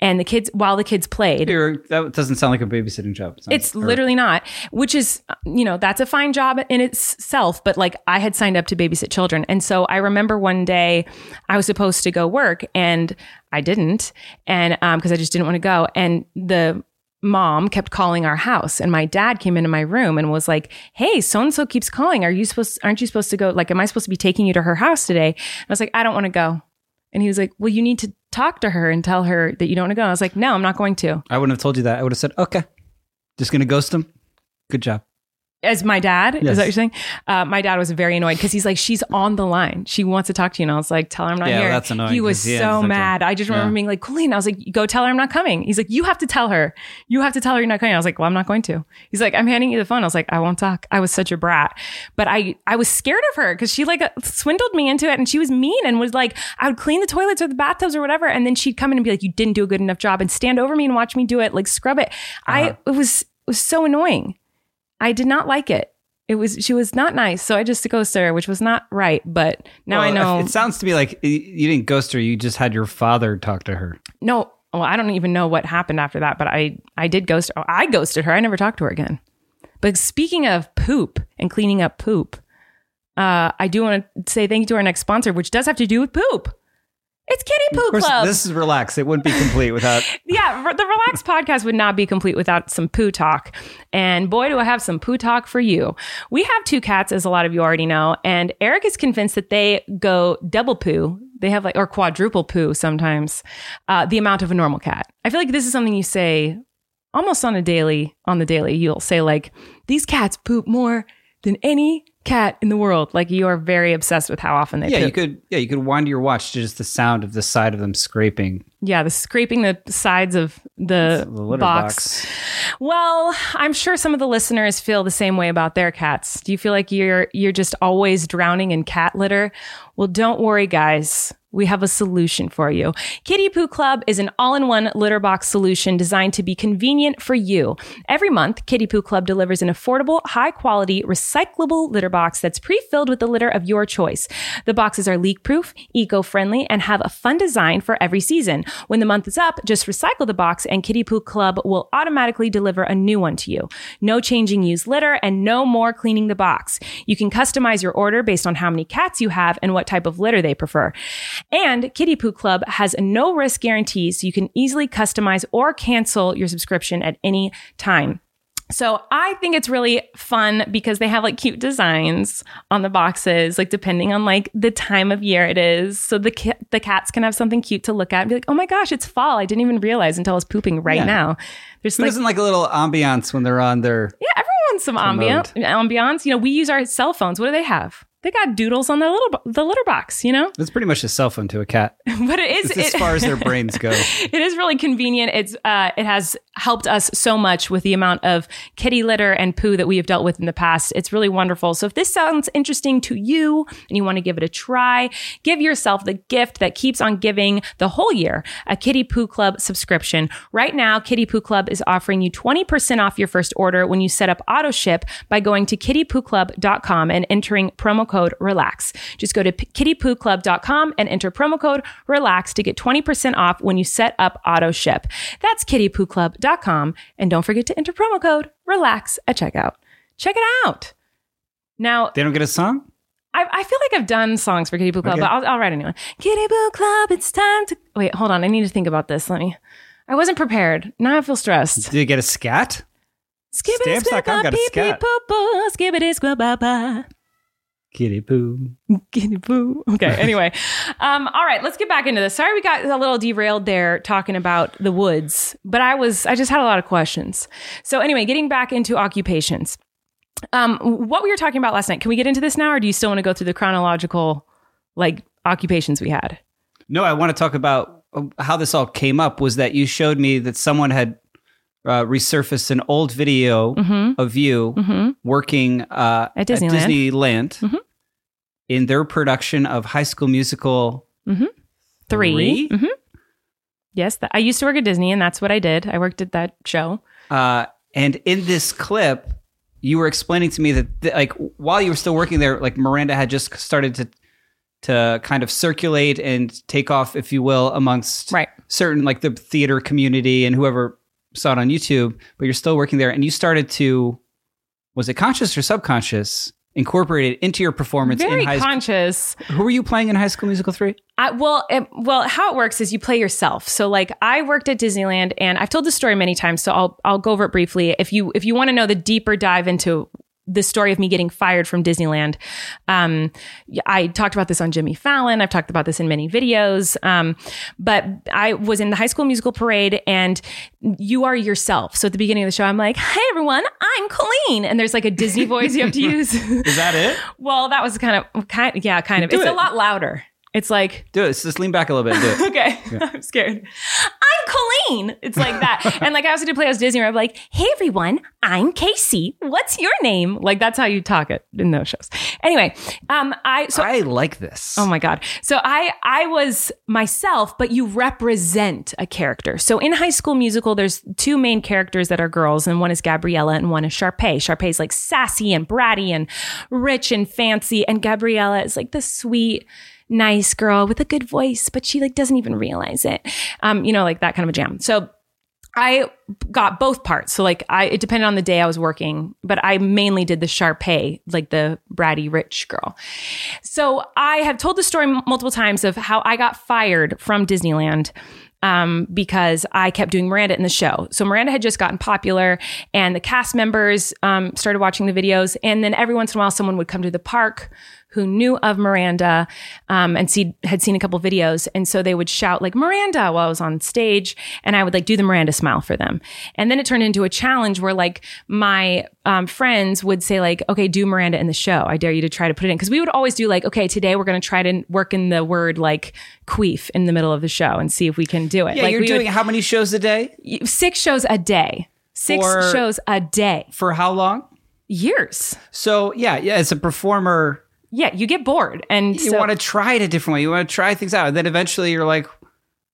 A: and the kids, while the kids played.
B: You're- that doesn't sound like a babysitting job. It sounds-
A: It's literally not, which is, you know, that's a fine job in itself. But like, I had signed up to babysit children. And so I remember one day I was supposed to go work and I didn't. And, um, cause I just didn't want to go. And the, Mom kept calling our house, and my dad came into my room and was like, "Hey, so and so keeps calling. Are you supposed? Aren't you supposed to go? Like, am I supposed to be taking you to her house today?" And I was like, "I don't want to go." And he was like, "Well, you need to talk to her and tell her that you don't want to go." And I was like, "No, I'm not going to."
B: I wouldn't have told you that. I would have said, okay, just going to ghost him. Good job.
A: as my dad is
B: Yes.
A: that what you're saying uh, my dad was very annoyed because he's like she's on the line she wants to talk to you and i was like tell her i'm not
B: Yeah,
A: here
B: that's annoying
A: he
B: 'cause,
A: was
B: yeah,
A: so
B: it's like a-
A: mad i just remember
B: yeah.
A: being like colleen i was like go tell her i'm not coming he's like you have to tell her you have to tell her you're not coming i was like well i'm not going to he's like i'm handing you the phone i was like i won't talk i was such a brat but i i was scared of her because she like uh, swindled me into it and she was mean and was like i would clean the toilets or the bathtubs or whatever and then she'd come in and be like you didn't do a good enough job and stand over me and watch me do it like scrub it i it was it was so annoying I did not like it. It was she was not nice, so I just ghosted her, which was not right. But now I know.
B: Well, It sounds to me like y- you didn't ghost her. You just had your father talk to her.
A: no, well, I don't even know what happened after that, but I I did ghost. oh, I ghosted her. I never talked to her again. But speaking of poop and cleaning up poop, uh, I do want to say thank you to our next sponsor, which does have to do with poop. It's Kitty Poo
E: Of course,
A: Club.
E: this is relax. It wouldn't be complete without.
A: yeah, re- the Relax podcast would not be complete without some poo talk. And boy, do I have some poo talk for you. We have two cats, as a lot of you already know, and Eric is convinced that they go double poo. They have like, or quadruple poo sometimes, uh, the amount of a normal cat. I feel like this is something you say almost on a daily, on the daily. You'll say, like, these cats poop more than any cat in the world. Like, you are very obsessed with how often they
B: Yeah,
A: poop.
B: you could. Yeah, you could wind your watch to just the sound of the side of them scraping
A: yeah, the scraping the sides of the,
B: the litter
A: box.
B: box.
A: Well, I'm sure some of the listeners feel the same way about their cats. Do you feel like you're you're just always drowning in cat litter? Well, don't worry, guys. We have a solution for you. Kitty Poo Club is an all-in-one litter box solution designed to be convenient for you. Every month, Kitty Poo Club delivers an affordable, high-quality, recyclable litter box that's pre-filled with the litter of your choice. The boxes are leak-proof, eco-friendly, and have a fun design for every season. When the month is up, just recycle the box and Kitty Poo Club will automatically deliver a new one to you. No changing used litter and no more cleaning the box. You can customize your order based on how many cats you have and what type of litter they prefer. And Kitty Poo Club has a no risk guarantee so you can easily customize or cancel your subscription at any time. So I think it's really fun because they have like cute designs on the boxes, like depending on like the time of year it is. So the ki- the cats can have something cute to look at and be like, "Oh my gosh, it's fall! I didn't even realize until I was pooping right now." There's
B: Who
A: like
B: doesn't like a little ambiance when they're on their?
A: yeah, everyone wants some ambiance. Ambiance, you know, we use our cell phones. What do they have? They got doodles on their little bo- the litter box, you know.
B: It's pretty much a cell phone to a cat,
A: But it is
B: It's as
A: it-
B: far as their brains go.
A: it is really convenient. It's uh, it has helped us so much with the amount of kitty litter and poo that we have dealt with in the past. It's really wonderful. So if this sounds interesting to you and you want to give it a try, give yourself the gift that keeps on giving the whole year a Kitty Poo Club subscription. Right now, Kitty Poo Club is offering you 20% off your first order when you set up auto ship by going to kittypooclub.com and entering promo code relax. Just go to p- kittypooclub.com and enter promo code relax to get 20% off when you set up auto ship. That's kittypooclub.com. And don't forget to enter promo code relax at checkout. Check it out. Now,
B: They don't get a song.
A: I, I feel like I've done songs for Kitty Blue Club, but I'll, I'll write a new one. Kitty Blue Club, it's time to wait. Hold on, I need to think about this. Let me. I wasn't prepared. Now I feel stressed.
B: Did you get a scat?
A: Skibbity
E: Stamps.com
A: squabba,
E: got a
A: pee pee
E: scat.
A: poo poo, skibbity squabba,
B: Kitty poo.
A: kitty poo. Okay, anyway. um, all right, let's get back into this. Sorry we got a little derailed there talking about the woods, but I was, I just had a lot of questions. So, anyway, getting back into occupations. Um, what we were talking about last night, can we get into this now, or do you still want to go through the chronological, like, occupations we had?
B: No, I want to talk about uh, how this all came up. Was that you showed me that someone had uh, resurfaced an old video of you working uh,
A: Mm-hmm. At Disneyland. Mm-hmm.
B: Disneyland in their production of High School Musical
A: Mm-hmm. 3
B: Three?
A: Mm-hmm. Yes, th- I used to work at Disney, and that's what I did. I worked at that show.
B: Uh, and in this clip, you were explaining to me that, th- like, while you were still working there, like Miranda had just started to to kind of circulate and take off, if you will, amongst
A: Right.
B: certain like the theater community and whoever saw it on YouTube. But you're still working there, and you started to was it conscious or subconscious incorporate it into your performance
A: Very
B: in high school?
A: conscious.
B: Who were you playing in High School Musical three?
A: I, well, it, well, how it works is you play yourself. So, like, I worked at Disneyland, and I've told this story many times, so I'll I'll go over it briefly. If you if you want to know the deeper dive into the story of me getting fired from Disneyland, um, I talked about this on Jimmy Fallon. I've talked about this in many videos. Um, but I was in the High School Musical parade, and you are yourself. So at the beginning of the show, I'm like, "Hey everyone, I'm Colleen," and there's like a Disney voice you have to use.
E: Is that it?
A: well, that was kind of kind, yeah, kind of.
B: Do
A: It's a
B: it.
A: lot louder. It's like
B: Do it. Just lean back a little bit. and Do it.
A: Okay, I'm scared. I'm Colleen. It's like that. and like I also did play as Disney where I'm like, hey everyone, I'm Casey. What's your name? Like that's how you talk it in those shows. Anyway, um, I so
B: I like this.
A: Oh my god. So I I was myself, but you represent a character. So in High School Musical there's two main characters that are girls and one is Gabriella and one is Sharpay. Sharpay's like sassy and bratty and rich and fancy and Gabriella is like the sweet nice girl with a good voice, but she like doesn't even realize it. Um you know like that kind of a jam. So I got both parts. So like I it depended on the day I was working, but I mainly did the Sharpay, like the bratty rich girl. So I have told the story m- multiple times of how I got fired from Disneyland um, because I kept doing Miranda in the show. So Miranda had just gotten popular, and the cast members um, started watching the videos. And then every once in a while, someone would come to the park who knew of Miranda um, and see, had seen a couple videos, and so they would shout like Miranda while I was on stage, and I would like do the Miranda smile for them. And then it turned into a challenge where like my um, friends would say like, okay, do Miranda in the show. I dare you to try to put it in because we would always do like, okay, today we're going to try to work in the word like queef in the middle of the show and see if we can do it.
B: Yeah,
A: like
B: you're
A: we
B: doing
A: would-
B: how many shows a day
A: six shows a day, six
B: For-
A: shows a day,
B: for how long?
A: years.
B: So yeah, yeah. As a performer,
A: Yeah, you get bored and
B: you
A: so-
B: want to try it a different way. You want to try things out, and then eventually you're like,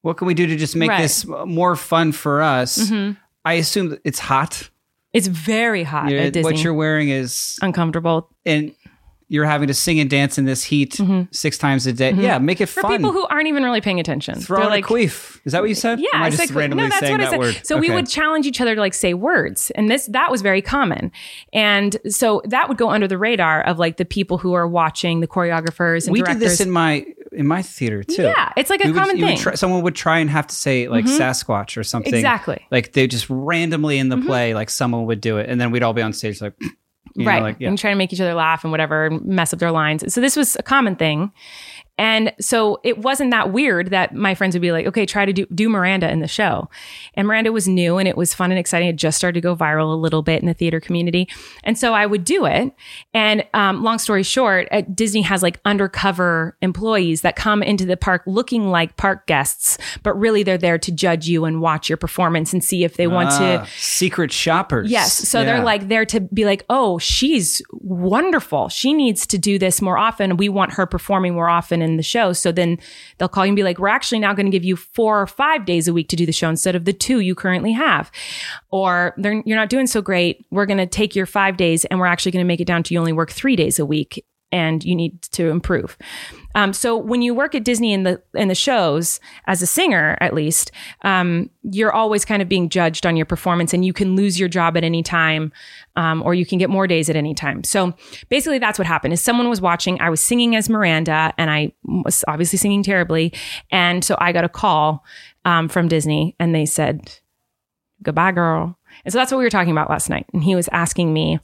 B: "What can we do to just make
A: Right. Mm-hmm.
B: this more fun for us?" I assume that it's hot.
A: it's very hot
B: You're-
A: at Disney.
B: what you're wearing is,
A: uncomfortable
B: and you're having to sing and dance in this heat six times a day. Yeah, make it
A: Mm-hmm. for
B: fun.
A: people who aren't even really paying attention.
B: Throw
A: They're
B: in
A: like,
B: a queef. Is that what you said?
A: yeah,
B: Or am I
A: it's
B: just
A: like,
B: randomly
A: no, that's
B: saying
A: what I
B: that
A: said.
B: word.
A: So we
B: Okay.
A: would challenge each other to like say words, and this that was very common, and so that would go under the radar of like the people who are watching the choreographers and
B: we
A: directors.
B: did this in my in my theater too.
A: yeah, it's like a
B: We would-
A: common
B: you would
A: thing. Mm-hmm.
B: try- someone would try and have to say like Sasquatch or something.
A: Exactly. Mm-hmm.
B: Like they just randomly in the play, like someone would do it, and then we'd all be on stage like, you know,
A: right
B: like, yeah.
A: and trying to make each other laugh and whatever and mess up their lines so this was a common thing and so it wasn't that weird that my friends would be like okay try to do, do miranda in the show and miranda was new and it was fun and exciting it just started to go viral a little bit in the theater community and so i would do it and um, long story short uh, disney has like undercover employees that come into the park looking like park guests but really they're there to judge you and watch your performance and see if they want to
B: Ah, secret shoppers.
A: Yes. So
B: Yeah.
A: they're like there to be like, oh, she's wonderful. She needs to do this more often. We want her performing more often in the show. So then they'll call you and be like, we're actually now going to give you four or five days a week to do the show instead of the two you currently have. Or they're, you're not doing so great. We're going to take your five days and we're actually going to make it down to you only work three days a week. and you need to improve. Um, so when you work at Disney in the in the shows as a singer, at least, um, you're always kind of being judged on your performance, and you can lose your job at any time, um, or you can get more days at any time. So basically, that's what happened. Is someone was watching? I was singing as Miranda, and I was obviously singing terribly, and so I got a call um, from Disney, and they said, "Goodbye, girl." And so that's what we were talking about last night. And he was asking me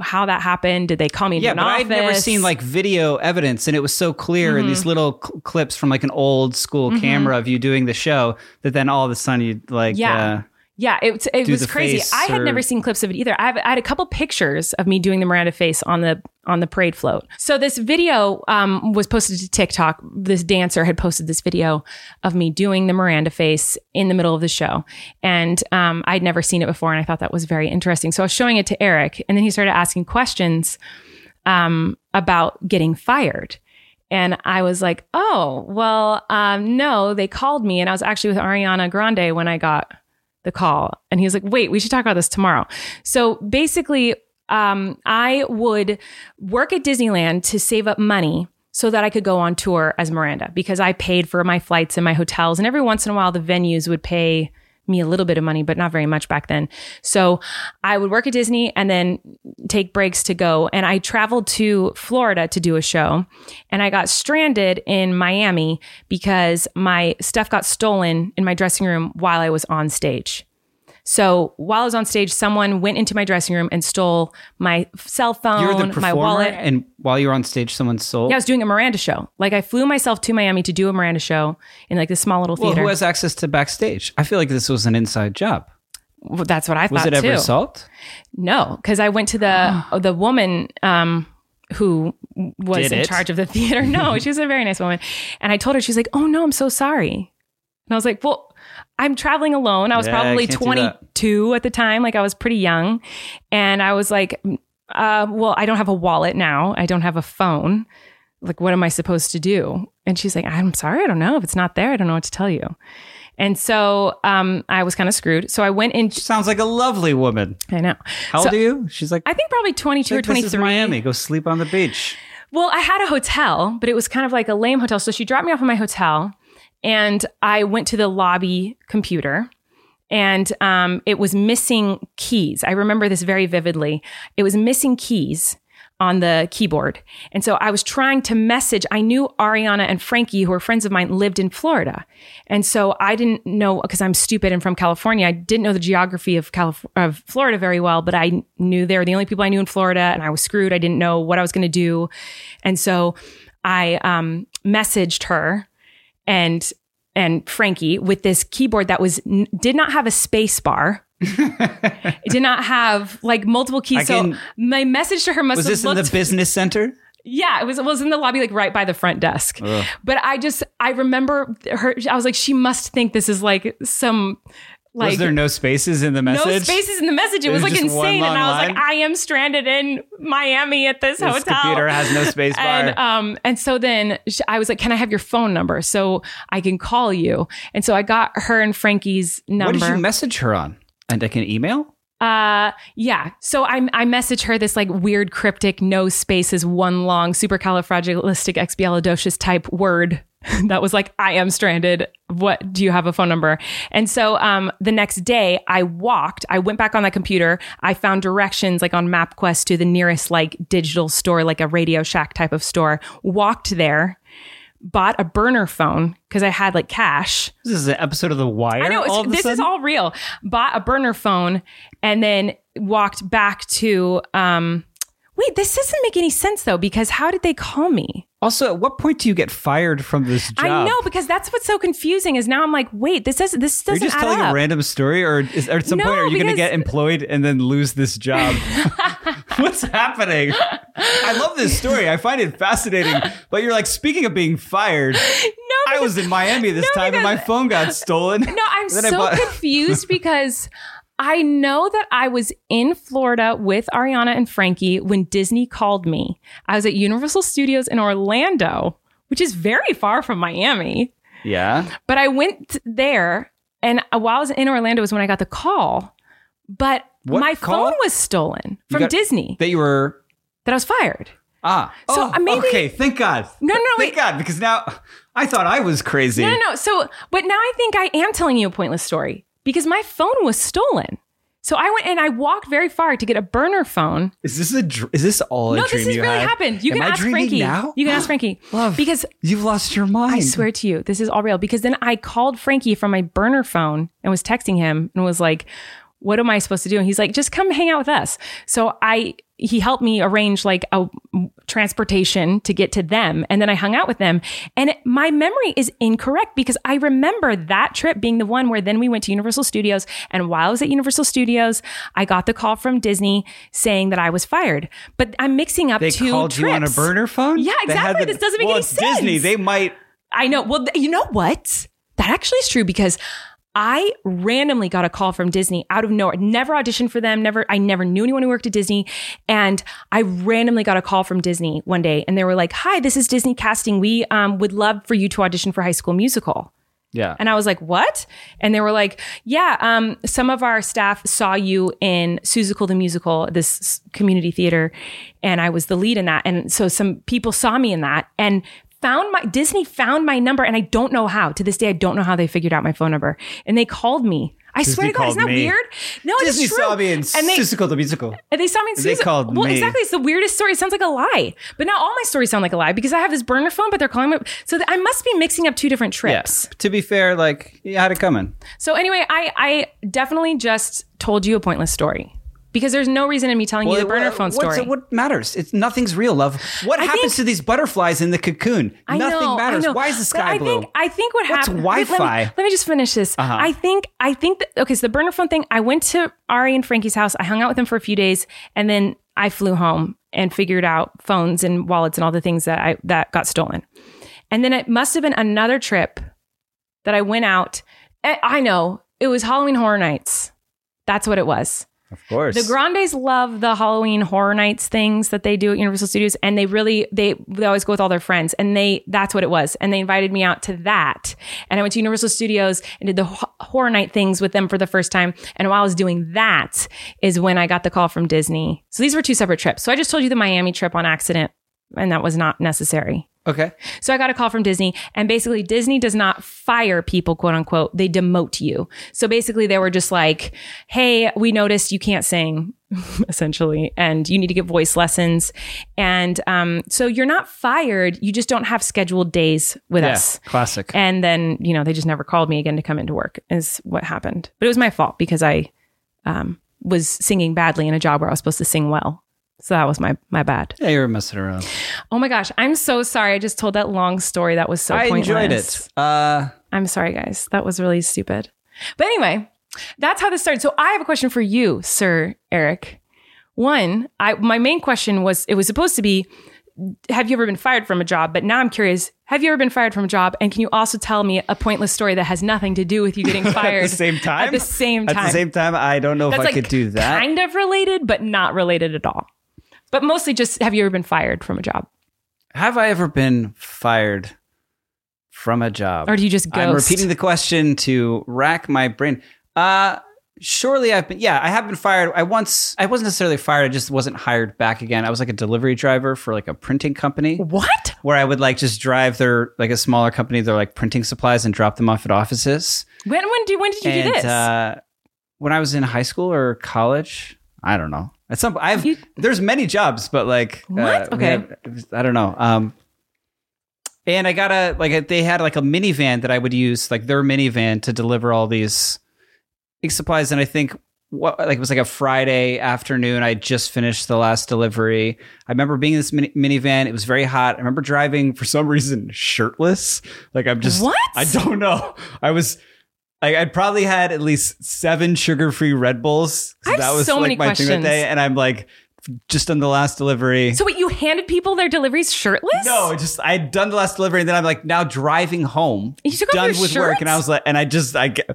A: how that happened. Did they call me? into
B: Yeah,
A: an
B: but I'd never
A: office? Mm-hmm.
B: seen like video evidence, and it was so clear in these little cl- clips from like an old school camera of you doing the show that then all of a sudden you like,
A: Yeah.
B: uh,
A: Yeah, it, it
B: do
A: was
B: the
A: crazy.
B: face
A: I had
B: or-
A: never seen clips of it either. I, have, I had a couple pictures of me doing the Miranda face on the on the parade float. So this video um, was posted to TikTok. This dancer had posted this video of me doing the Miranda face in the middle of the show, and um, I'd never seen it before, and I thought that was very interesting. So I was showing it to Eric, and then he started asking questions um, about getting fired. And I was like, oh, well, um, no, they called me. And I was actually with Ariana Grande when I got the call. And he was like, wait, we should talk about this tomorrow. So basically, um, I would work at Disneyland to save up money so that I could go on tour as Miranda because I paid for my flights and my hotels. And every once in a while, the venues would pay me a little bit of money, but not very much back then. So I would work at Disney and then take breaks to go. And I traveled to Florida to do a show. And I got stranded in Miami because my stuff got stolen in my dressing room while I was on stage. So while I was on stage, someone went into my dressing room and stole my cell phone,
B: uh, you're the
A: my
B: performer,
A: wallet.
B: and while you're on stage, someone's soul.
A: Yeah, I was doing a Miranda show. Like I flew myself to Miami to do a Miranda show in like this small little
B: well,
A: theater.
B: who has access to backstage? I feel like this was an inside job.
A: Well, That's what I
B: Was
A: thought
B: it ever
A: too.
B: assault?
A: No, because I went to the oh, the woman um, who was
B: Did
A: in
B: it?
A: charge of the theater. No, she was a very nice woman, and I told her she's like, "Oh no, I'm so sorry," and I was like, "Well." I'm traveling alone. I was
B: Yeah, I
A: probably
B: can't do that.
A: 22 at the time. Like I was pretty young. And I was like, uh, well, I don't have a wallet now. I don't have a phone. Like, what am I supposed to do? And she's like, I'm sorry. I don't know. If it's not there, I don't know what to tell you. And so um, I was kind of screwed. So I went in.
B: Sounds like a lovely woman.
A: I know.
B: How old are you? She's like,
A: I think probably 22 or
B: like, this
A: 23.
B: is Miami. Go sleep on the beach.
A: Well, I had a hotel, but it was kind of like a lame hotel. So she dropped me off at my hotel and I went to the lobby computer and um, it was missing keys. I remember this very vividly. It was missing keys on the keyboard. And so I was trying to message. I knew Ariana and Frankie, who were friends of mine, lived in Florida. And so I didn't know, because I'm stupid and from California, I didn't know the geography of, Calif- of Florida very well, but I knew they were the only people I knew in Florida and I was screwed. I didn't know what I was going to do. And so I um, messaged her and and Frankie with this keyboard that was n- did not have a space bar. it did not have like multiple keys.
B: I
A: so
B: can-
A: my message to her must
B: Was
A: have
B: this in
A: looked
B: the business center?
A: yeah, it was it was in the lobby, like right by the front desk. But I just I remember her. I was like, she must think this is like some like
B: was there no spaces in the
A: no
B: message?
A: spaces in the message. It, was,
B: was
A: like
B: just one
A: insane,
B: long
A: and I was like,
B: line?
A: I am stranded in Miami at this,
B: This
A: hotel.
B: computer has no space bar.
A: and um and so then sh- I was like, "Can I have your phone number so I can call you?" And so I got her and Frankie's number.
B: What did you message her on? And like an email?
A: Uh, yeah. So I I message her this like weird cryptic no spaces one long supercalifragilisticexpialidocious type word that was like I am stranded. What do you have a phone number? And so um the next day I walked. I went back on that computer. I found directions like on MapQuest to the nearest like digital store, like a Radio Shack type of store. Walked there. Bought a burner phone because I had like cash.
B: This is an episode of The Wire.
A: I know it's,
B: all of a
A: this
B: sudden?
A: is all real. Bought a burner phone and then walked back to. um Wait, this doesn't make any sense though, because how did they call me?
B: Also, at what point do you get fired from this job?
A: I know because that's what's so confusing is now I'm like, wait, this doesn't this
B: Are you
A: doesn't
B: just
A: add
B: telling
A: up.
B: a random story, or, is, or at some
A: No,
B: point, are you going to
A: because-
B: get employed and then lose this job? What's happening? I love this story. I find it fascinating. But you're like, speaking of being fired,
A: no,
B: I
A: because-
B: was in Miami this
A: No,
B: time and my
A: because-
B: phone got stolen.
A: No, I'm
B: Then I
A: so
B: bought-
A: confused because I know that I was in Florida with Ariana and Frankie when Disney called me. I was at Universal Studios in Orlando, which is very far from Miami.
B: Yeah.
A: But I went there, and uh, while I was in Orlando was when I got the call. But
B: What
A: my
B: call?
A: phone was stolen from
B: got-
A: Disney
B: That you were
A: that I was fired.
B: Ah.
A: So,
B: oh,
A: uh, maybe-
E: okay, thank God.
A: No, no,
E: thank
A: wait.
E: God, because now I thought I was crazy.
A: No, no, no. So, but now I think I am telling you a pointless story because my phone was stolen. So I went and I walked very far to get a burner phone.
E: Is this a? dr- Is this all
A: no,
E: a dream
A: this has
E: you
A: really
E: had?
A: happened. You
E: Am
A: can
E: I
A: ask
E: dreaming
A: Frankie.
E: now?
A: You can ask Frankie.
E: Love.
A: Because
E: You've lost your mind.
A: I swear to you, this is all real. Because then I called Frankie from my burner phone and was texting him and was like, "What am I supposed to do?" And he's like, "Just come hang out with us." So I he helped me arrange like a transportation to get to them, and then I hung out with them. And it- my memory is incorrect because I remember that trip being the one where then we went to Universal Studios, and while I was at Universal Studios, I got the call from Disney saying that I was fired. But I'm mixing up
E: They
A: two
E: called
A: trips.
E: you on a burner phone.
A: Yeah,
E: They had
A: exactly. This doesn't make
E: well,
A: any
E: it's Disney.
A: sense.
E: They might.
A: I know. Well, th- you know what? That actually is true because I randomly got a call from Disney out of nowhere. Never auditioned for them. Never. I never knew anyone who worked at Disney, and I randomly got a call from Disney one day, and they were like, "Hi, this is Disney casting. We um, would love for you to audition for High School Musical."
E: Yeah.
A: And I was like, "What?" And they were like, "Yeah, um, some of our staff saw you in Suzical the Musical, this s- community theater, and I was the lead in that. And so some people saw me in that and found my Disney found my number, and I don't know how. To this day, I don't know how they figured out my phone number. And they called me. I swear to God,
E: called
A: isn't that
E: me.
A: weird? No,
E: Disney
A: it's true.
E: saw me in
A: and they,
E: Susical the musical.
A: and they saw me in
E: They
A: Susan-
E: called
A: well,
E: me.
A: exactly. It's the weirdest story. It sounds like a lie. But now all my stories sound like a lie because I have this burner phone, but they're calling me. So th- I must be mixing up two different trips.
B: Yes. To be fair, like you had it coming.
A: So anyway, I I definitely just told you a pointless story because there's no reason in me telling you the burner
B: what-
A: phone
B: uh, what's-
A: story.
B: What matters? It's nothing's real, love. What
A: I
B: happens
A: think-
B: to these butterflies in the cocoon?
A: I
B: Nothing
A: know,
B: matters.
A: I know.
B: Why is the
A: But
B: sky
A: I
B: blue?
A: think I think what
B: What's
A: happened. wait, let me-
B: Wi-Fi? Uh-huh.
A: Let me, just finish this. I think I think that okay. So the burner phone thing. I went to Ari and Frankie's house. I hung out with them for a few days, and then I flew home and figured out phones and wallets and all the things that I that got stolen. And then it must have been another trip that I went out. I I know it was Halloween Horror Nights. That's what it was.
E: Of course.
A: The Grandes love the Halloween Horror Nights things that they do at Universal Studios, and they really they they always go with all their friends, and they that's what it was, and they invited me out to that, and I went to Universal Studios and did the ho- Horror Night things with them for the first time, and while I was doing that is when I got the call from Disney. So these were two separate trips. So I just told you the Miami trip on accident, and that was not necessary.
B: okay.
A: So I got a call from Disney, and basically, Disney does not fire people, quote unquote. They demote you. So basically, they were just like, hey, we noticed you can't sing, essentially, and you need to get voice lessons. And um, so you're not fired, you just don't have scheduled days with us.
B: Classic.
A: And then, you know, they just never called me again to come into work, is what happened. But it was my fault because I um, was singing badly in a job where I was supposed to sing well. So that was my my bad.
B: yeah, you were messing around.
A: Oh my gosh, I'm so sorry. I just told that long story that was so
B: I
A: pointless.
B: enjoyed it. Uh,
A: I'm sorry, guys. That was really stupid. But anyway, that's how this started. So I have a question for you, Sir Eric. One, I my main question was it was supposed to be have you ever been fired from a job? But now I'm curious, have you ever been fired from a job? And can you also tell me a pointless story that has nothing to do with you getting fired
E: at the same time.
A: At the same time.
E: At the same time, I don't know if
A: That's
E: I
A: like
E: could do that.
A: Kind of related, but not related at all. But mostly just have you ever been fired from a job?
B: have I ever been fired from a job?
A: Or do you just ghost?
B: I'm repeating the question to rack my brain. Uh surely I've been yeah, I have been fired. I once I wasn't necessarily fired, I just wasn't hired back again. I was like a delivery driver for like a printing company
A: what?
B: where I would like just drive their like a smaller company, their like printing supplies and drop them off at offices.
A: When when do when did you
B: and
A: do this?
B: uh when I was in high school or college, I don't know. At some I've
A: You-
B: there's many jobs, but like uh,
A: What?
B: we
A: Okay.
B: had- I don't know. Um and I got a like they had like a minivan that I would use, like their minivan to deliver all these ink supplies and I think what like it was like a Friday afternoon. I just finished the last delivery. I remember being in this mini- minivan. It was very hot. I remember driving for some reason shirtless. Like I'm just
A: What?
B: I
E: don't know. I was. I, I probably had at least seven sugar-free Red Bulls. 'cause
A: I have
E: that was
A: so
E: like
A: many
E: my thing that
A: questions.
E: day, and I'm like, just on the last delivery.
A: so wait, you handed people their deliveries shirtless?
E: no, just I had done the last delivery, and then I'm like now driving home,
A: You took off
E: done
A: your
E: with work,
A: shirt?
E: and I was like, and I just I, get-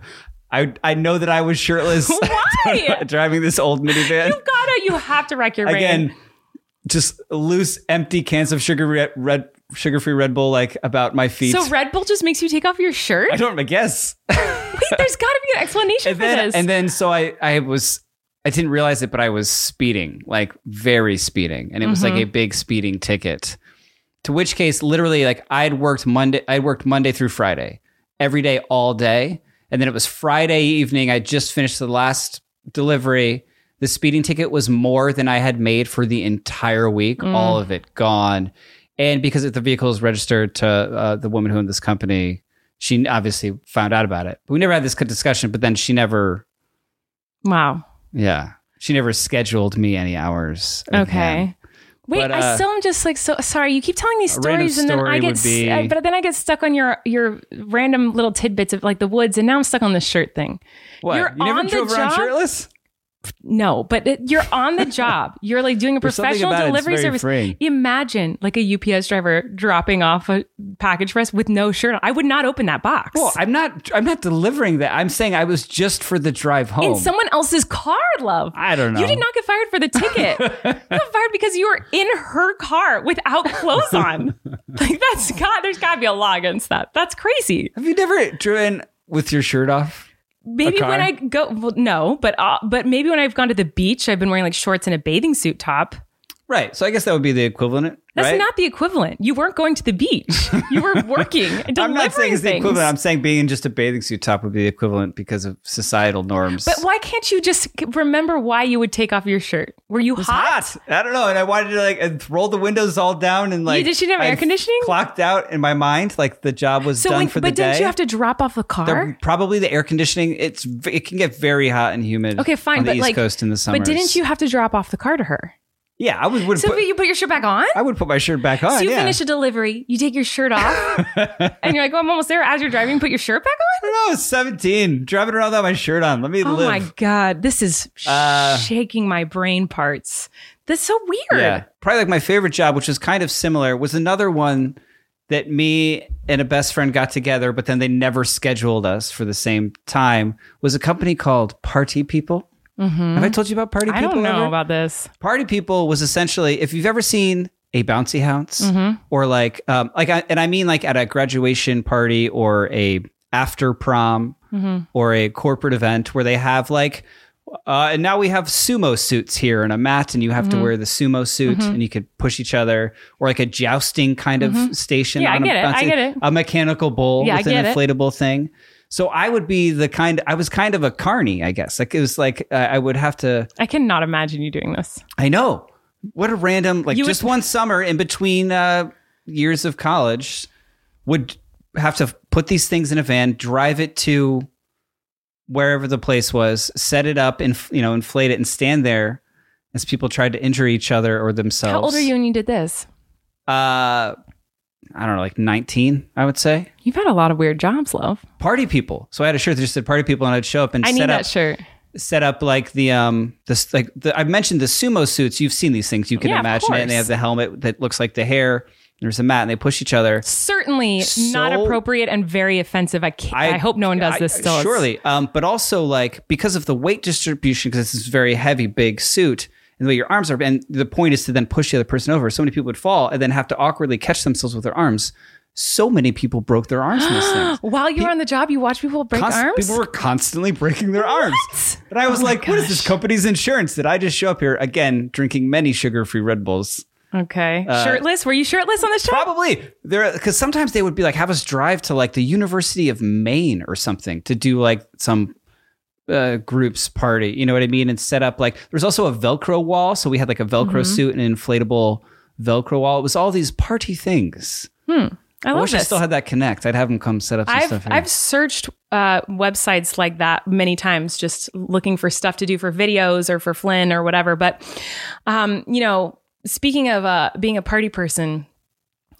E: I I know that I was shirtless.
A: Why?
E: driving this old minivan?
A: You gotta, you have to rack your brain.
E: again just loose empty cans of sugar red, red sugar free red bull like about my feet
A: So Red Bull just makes you take off your shirt?
E: i don't I guess
A: Wait, there's gotta be an explanation
E: and then
A: for this.
E: and then so i i was
F: I didn't realize it, but I was speeding, like very speeding, and it was like a big speeding ticket. To which case, literally, like I'd worked Monday, I worked Monday through Friday, every day, all day, and then it was Friday evening. I just finished the last delivery. The speeding ticket was more than I had made for the entire week, all of it gone. And because the vehicle is registered to uh, the woman who owned this company, she obviously found out about it. We never had this discussion, but then she never
A: Wow.
F: yeah. She never scheduled me any hours. with him.
A: Okay. Wait,
F: But,
A: I
F: uh,
A: still am just like so sorry. You keep telling these
F: a random
A: stories, and then
F: story
A: I get,
F: would be-
A: s- I- but then I get stuck on your your random little tidbits of like the woods, and now I'm stuck on this shirt thing.
F: What?
A: You're
F: you never
A: on the
F: drove around
A: job?
F: shirtless?
A: No, but it, you're on the job. You're like doing a
F: There's something
A: professional
F: about it that's
A: delivery
F: very
A: service.
F: freeing.
A: Imagine like a UPS driver dropping off a package for us with no shirt on. I would not open that box.
F: Well, I'm not. I'm not delivering that. I'm saying I was just for the drive home.
A: in someone else's car, love.
F: oh. I don't know.
A: You did not get fired for the ticket. you got fired because you were in her car without clothes on. like that's got there's got to be a law against that. That's crazy.
F: Have you never driven with your shirt off?
A: Maybe
F: car?
A: when I go, well, no, but uh, but maybe when I've gone to the beach, I've been wearing like shorts and a bathing suit top.
F: Right. So I guess that would be the equivalent.
A: That's
F: right?
A: not the equivalent. You weren't going to the beach. You were working and delivering
B: I'm not saying it's the
A: things.
B: equivalent. I'm saying being in just a bathing suit top would be the equivalent because of societal norms.
A: but why can't you just c- remember why you would take off your shirt? Were you
B: It's
A: hot?
B: hot. I don't know. And I wanted to like and roll the windows all down and like.
A: did she have air
B: I'd
A: conditioning?
B: Clocked out in my mind. Like the job was
A: So,
B: done
A: when,
B: for the
A: but
B: day.
A: didn't you have to drop off the
B: The-
A: car?
B: probably the air conditioning. It's v- it can get very hot and humid.
A: Okay, fine,
B: On the
A: but
B: East
A: like,
B: Coast in the summer.
A: but didn't you have to drop off the car to her?
B: Yeah, I would. would
A: So
B: put,
A: but you put your shirt back on.
B: I would put my shirt back
A: so
B: on.
A: you
B: yeah.
A: finish a delivery, you take your shirt off, and you're like, "Oh, I'm almost there." As you're driving, put your shirt back on.
B: I don't know, I was 17, driving around without my shirt on. Let me
A: Oh
B: live.
A: my god, this is
B: Uh,
A: shaking my brain parts. That's so weird.
B: Yeah. Probably like my favorite job, which is kind of similar, was another one that me and a best friend got together, but then they never scheduled us for the same time, was a company called Party People. Have I told you about Party
A: Mm-hmm. I
B: People?
A: don't know
B: ever?
A: about this.
B: Party People was essentially if you've ever seen a bouncy house
A: Mm-hmm.
B: or like um, like I, and I mean like at a graduation party or a after prom
A: Mm-hmm.
B: or a corporate event where they have like uh, and now we have sumo suits here and a mat and you have to
A: Mm-hmm.
B: wear the sumo suit and you could push each other or like a jousting kind of station
A: Mm-hmm. Yeah, I
B: on a
A: get it. I
B: bouncy-
A: get it.
B: a mechanical bull
A: Yeah, I
B: with an
A: get it.
B: inflatable thing so I would be the kind I was kind of a carny I guess like it was like uh, I would have to
A: I cannot imagine you doing this.
B: I know. What a random like
A: You would-
B: just one summer in between uh, years of college would have to put these things in a van, drive it to wherever the place was, set it up and you know inflate it and stand there as people tried to injure each other or themselves.
A: How old are you when you did this?
B: Uh, I don't know, like nineteen, I would say.
A: You've had a lot of weird jobs, love.
B: Party people. So I had a shirt that just said "Party People," and I'd show up and
A: I
B: set
A: need
B: up
A: that shirt.
B: set up like the um this like the, I mentioned the sumo suits. You've seen these things. You can
A: Yeah, of
B: imagine it.
A: course.
B: And they have the helmet that looks like the hair. There's a mat, and they push each other.
A: Certainly not
B: So-
A: appropriate and very offensive. I can't, I, hope no one does
B: I-
A: this still. It's-
B: Surely, um, but also like because of the weight distribution, because this is a very heavy, big suit, and the way your arms are, and the point is to then push the other person over. So many people would fall and then have to awkwardly catch themselves with their arms. So many people broke their arms in this thing.
A: While you were on the job, you watch people break
B: Const-
A: arms. Oh
B: People were constantly breaking their arms. And I was like, what is this company's insurance? Did I just show up here again drinking many sugar free Red Bulls?
A: okay,
B: uh,
A: shirtless. Were you shirtless on the job?
B: Probably there because sometimes they would be like have us drive to like the University of Maine or something to do like some uh, group's party. You know what I mean? And set up like there's also a Velcro wall, so we had like a Velcro
A: Mm-hmm.
B: suit and an inflatable Velcro wall. It was all these party things.
A: I love
B: wish
A: this.
B: I still had that connect. I'd have them come set up some stuff.
A: I've
B: Here.
A: I've searched uh, websites like that many times, just looking for stuff to do for videos or for Flynn or whatever. But um, you know, speaking of uh, being a party person,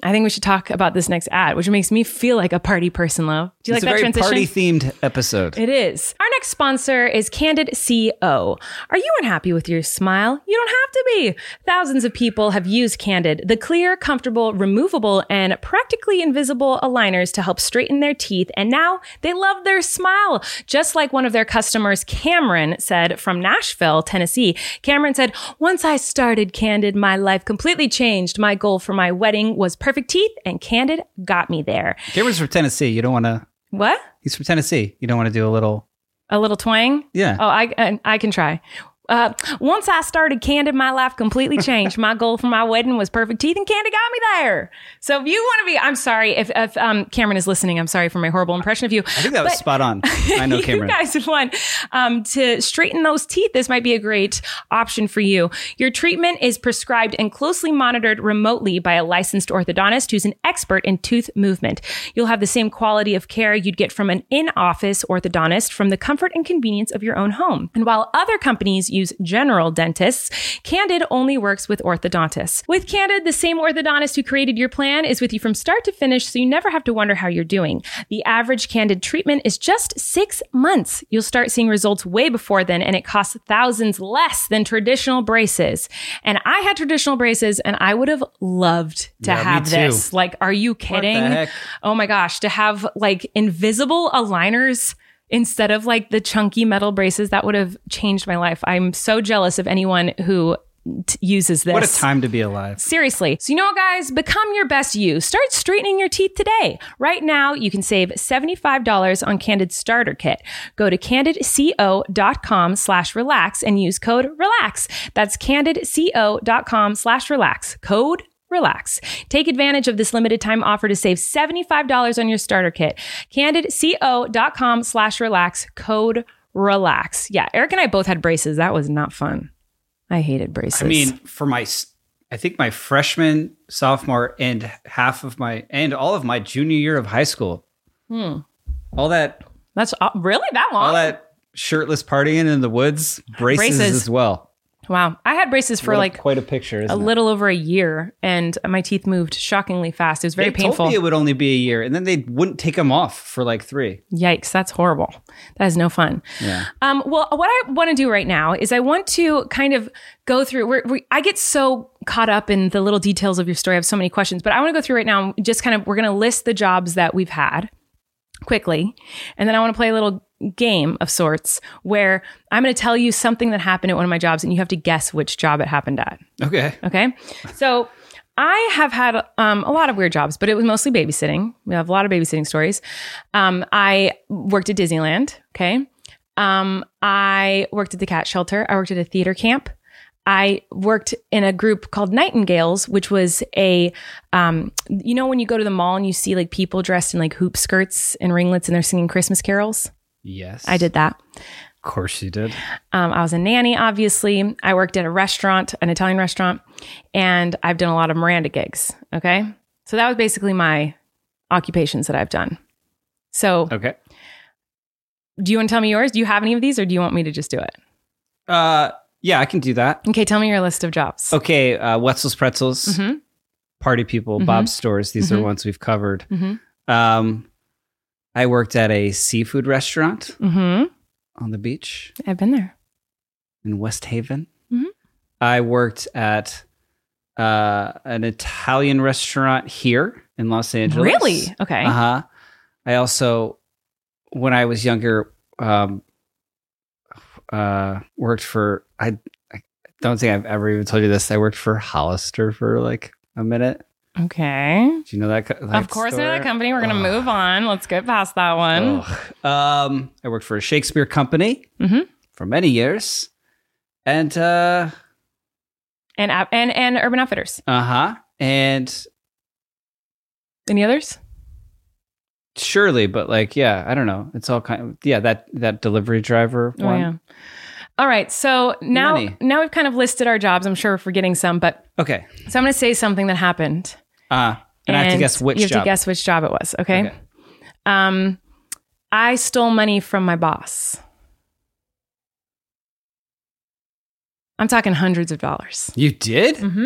A: I think we should talk about this next ad, which makes me feel like a party person. Love, do you like
B: it's a
A: that
B: very
A: transition?
B: party themed episode.
A: It is. Our next sponsor is Candid CO. Are you unhappy with your smile? You don't have to be. Thousands of people have used Candid, the clear, comfortable, removable, and practically invisible aligners to help straighten their teeth, and now they love their smile. Just like one of their customers, Cameron, said from Nashville, Tennessee. Cameron said, Once I started Candid, my life completely changed. My goal for my wedding was perfect teeth, and Candid got me there.
B: Cameron's from Tennessee. You don't want to.
A: What?
B: He's from Tennessee. You don't want to do a little.
A: A little twang?
B: Yeah.
A: Oh, I I- I can try. Uh, once I started Candid, my life completely changed. my goal for my wedding was perfect teeth, and Candid got me there. So if you want to be, I'm sorry if, if um, Cameron is listening. I'm sorry for my horrible impression of you.
B: I think that was spot on. I know Cameron.
A: You guys have won. Um, to straighten those teeth, this might be a great option for you. Your treatment is prescribed and closely monitored remotely by a licensed orthodontist who's an expert in tooth movement. You'll have the same quality of care you'd get from an in office orthodontist from the comfort and convenience of your own home. And while other companies use general dentists, Candid only works with orthodontists. With Candid, the same orthodontist who created your plan is with you from start to finish, so you never have to wonder how you're doing. The average Candid treatment is just six months. You'll start seeing results way before then, and it costs thousands less than traditional braces. And I had traditional braces, and I would have loved to
B: Yeah, me
A: have
B: too.
A: this. Like, are you kidding?
B: heck?
A: Oh my gosh, to have like invisible aligners instead of like the chunky metal braces that would have changed my life. I'm so jealous of anyone who t- uses this.
B: What a time to be alive.
A: Seriously. So, you know what, guys? Become your best you. Start straightening your teeth today. Right now, you can save $75 on Candid Starter Kit. Go to candidco.com slash relax and use code relax. That's candidco.com slash relax. Code relax. Take advantage of this limited time offer to save $75 on your starter kit. Candidco.com slash relax. Code relax. Yeah, Eric and I both had braces. That was not fun. I hated braces.
B: I mean, for my, s- I think my freshman, sophomore, and half of my, and all of my junior year of high school.
A: Hmm.
B: All that,
A: That's uh, really that long.
B: all that shirtless partying in the woods, braces,
A: Braces.
B: as well.
A: wow, I had braces for
B: What a-
A: like
B: quite a picture, isn't
A: a
B: it?
A: little over a year, and my teeth moved shockingly fast. It was very
B: they
A: painful.
B: Told me it would only be a year, and then they wouldn't take them off for like three.
A: Yikes, that's horrible. That is no fun.
B: Yeah.
A: Um, well, what I want to do right now is I want to kind of go through. We're, we, I get so caught up in the little details of your story. I have so many questions, but I want to go through right now. and Just kind of, we're going to list the jobs that we've had quickly, and then I want to play a little game of sorts where I'm going to tell you something that happened at one of my jobs, and you have to guess which job it happened at.
B: Okay.
A: Okay. So I have had um, a lot of weird jobs, but it was mostly babysitting. We have a lot of babysitting stories. Um, I worked at Disneyland. Okay. Um, I worked at the cat shelter. I worked at a theater camp. I worked in a group called Nightingales, which was a, um, you know, when you go to the mall and you see like people dressed in like hoop skirts and ringlets and they're singing Christmas carols.
B: Yes.
A: I did that.
B: Of course you did.
A: Um, I was a nanny, obviously. I worked at a restaurant, an Italian restaurant, and I've done a lot of Miranda gigs. Okay. So that was basically my occupations that I've done. So
B: Okay.
A: do you want to tell me yours? Do you have any of these or do you want me to just do it?
B: Uh, yeah, I can do that.
A: Okay. Tell me your list of jobs.
B: Okay. Uh, Wetzel's Pretzels,
A: Mhm.
B: Party People,
A: Mhm.
B: Bob's Stores. These
A: Mhm.
B: are ones we've covered.
A: Mhm.
B: Um, I worked at a seafood restaurant
A: Mm
B: on the beach
A: hmm. I've been there.
B: in West Haven.
A: Mhm.
B: I worked at uh, an Italian restaurant here in Los Angeles.
A: Really? Okay.
B: Uh huh. I also, when I was younger, um, uh, worked for. I, I don't think I've ever even told you this. I worked for Hollister for like a minute.
A: Okay.
B: Do you know that? co-
A: Of
B: that
A: course,
B: store?
A: another company. We're going to
B: Uh-huh. Ugh.
A: move on. Let's get past that one.
B: Ugh. Um, I worked for a Shakespeare company
A: Mhm.
B: for many years, and uh
A: And, app- and, and Urban Outfitters.
B: huh, uh-huh. and
A: Any others?
B: surely, but like, yeah, I don't know. It's all kind of yeah. That that delivery driver
A: Oh
B: one.
A: yeah. All right. So now,
B: Many.
A: now we've kind of listed our jobs. I'm sure we're forgetting some, but
B: Okay,
A: So I'm going to say something that happened,
B: uh, and, I have to guess which
A: you have
B: job.
A: to guess which job it was. Okay.
B: Okay.
A: Um, I stole money from my boss. I'm talking hundreds of dollars.
B: You did.
A: Mm-hmm.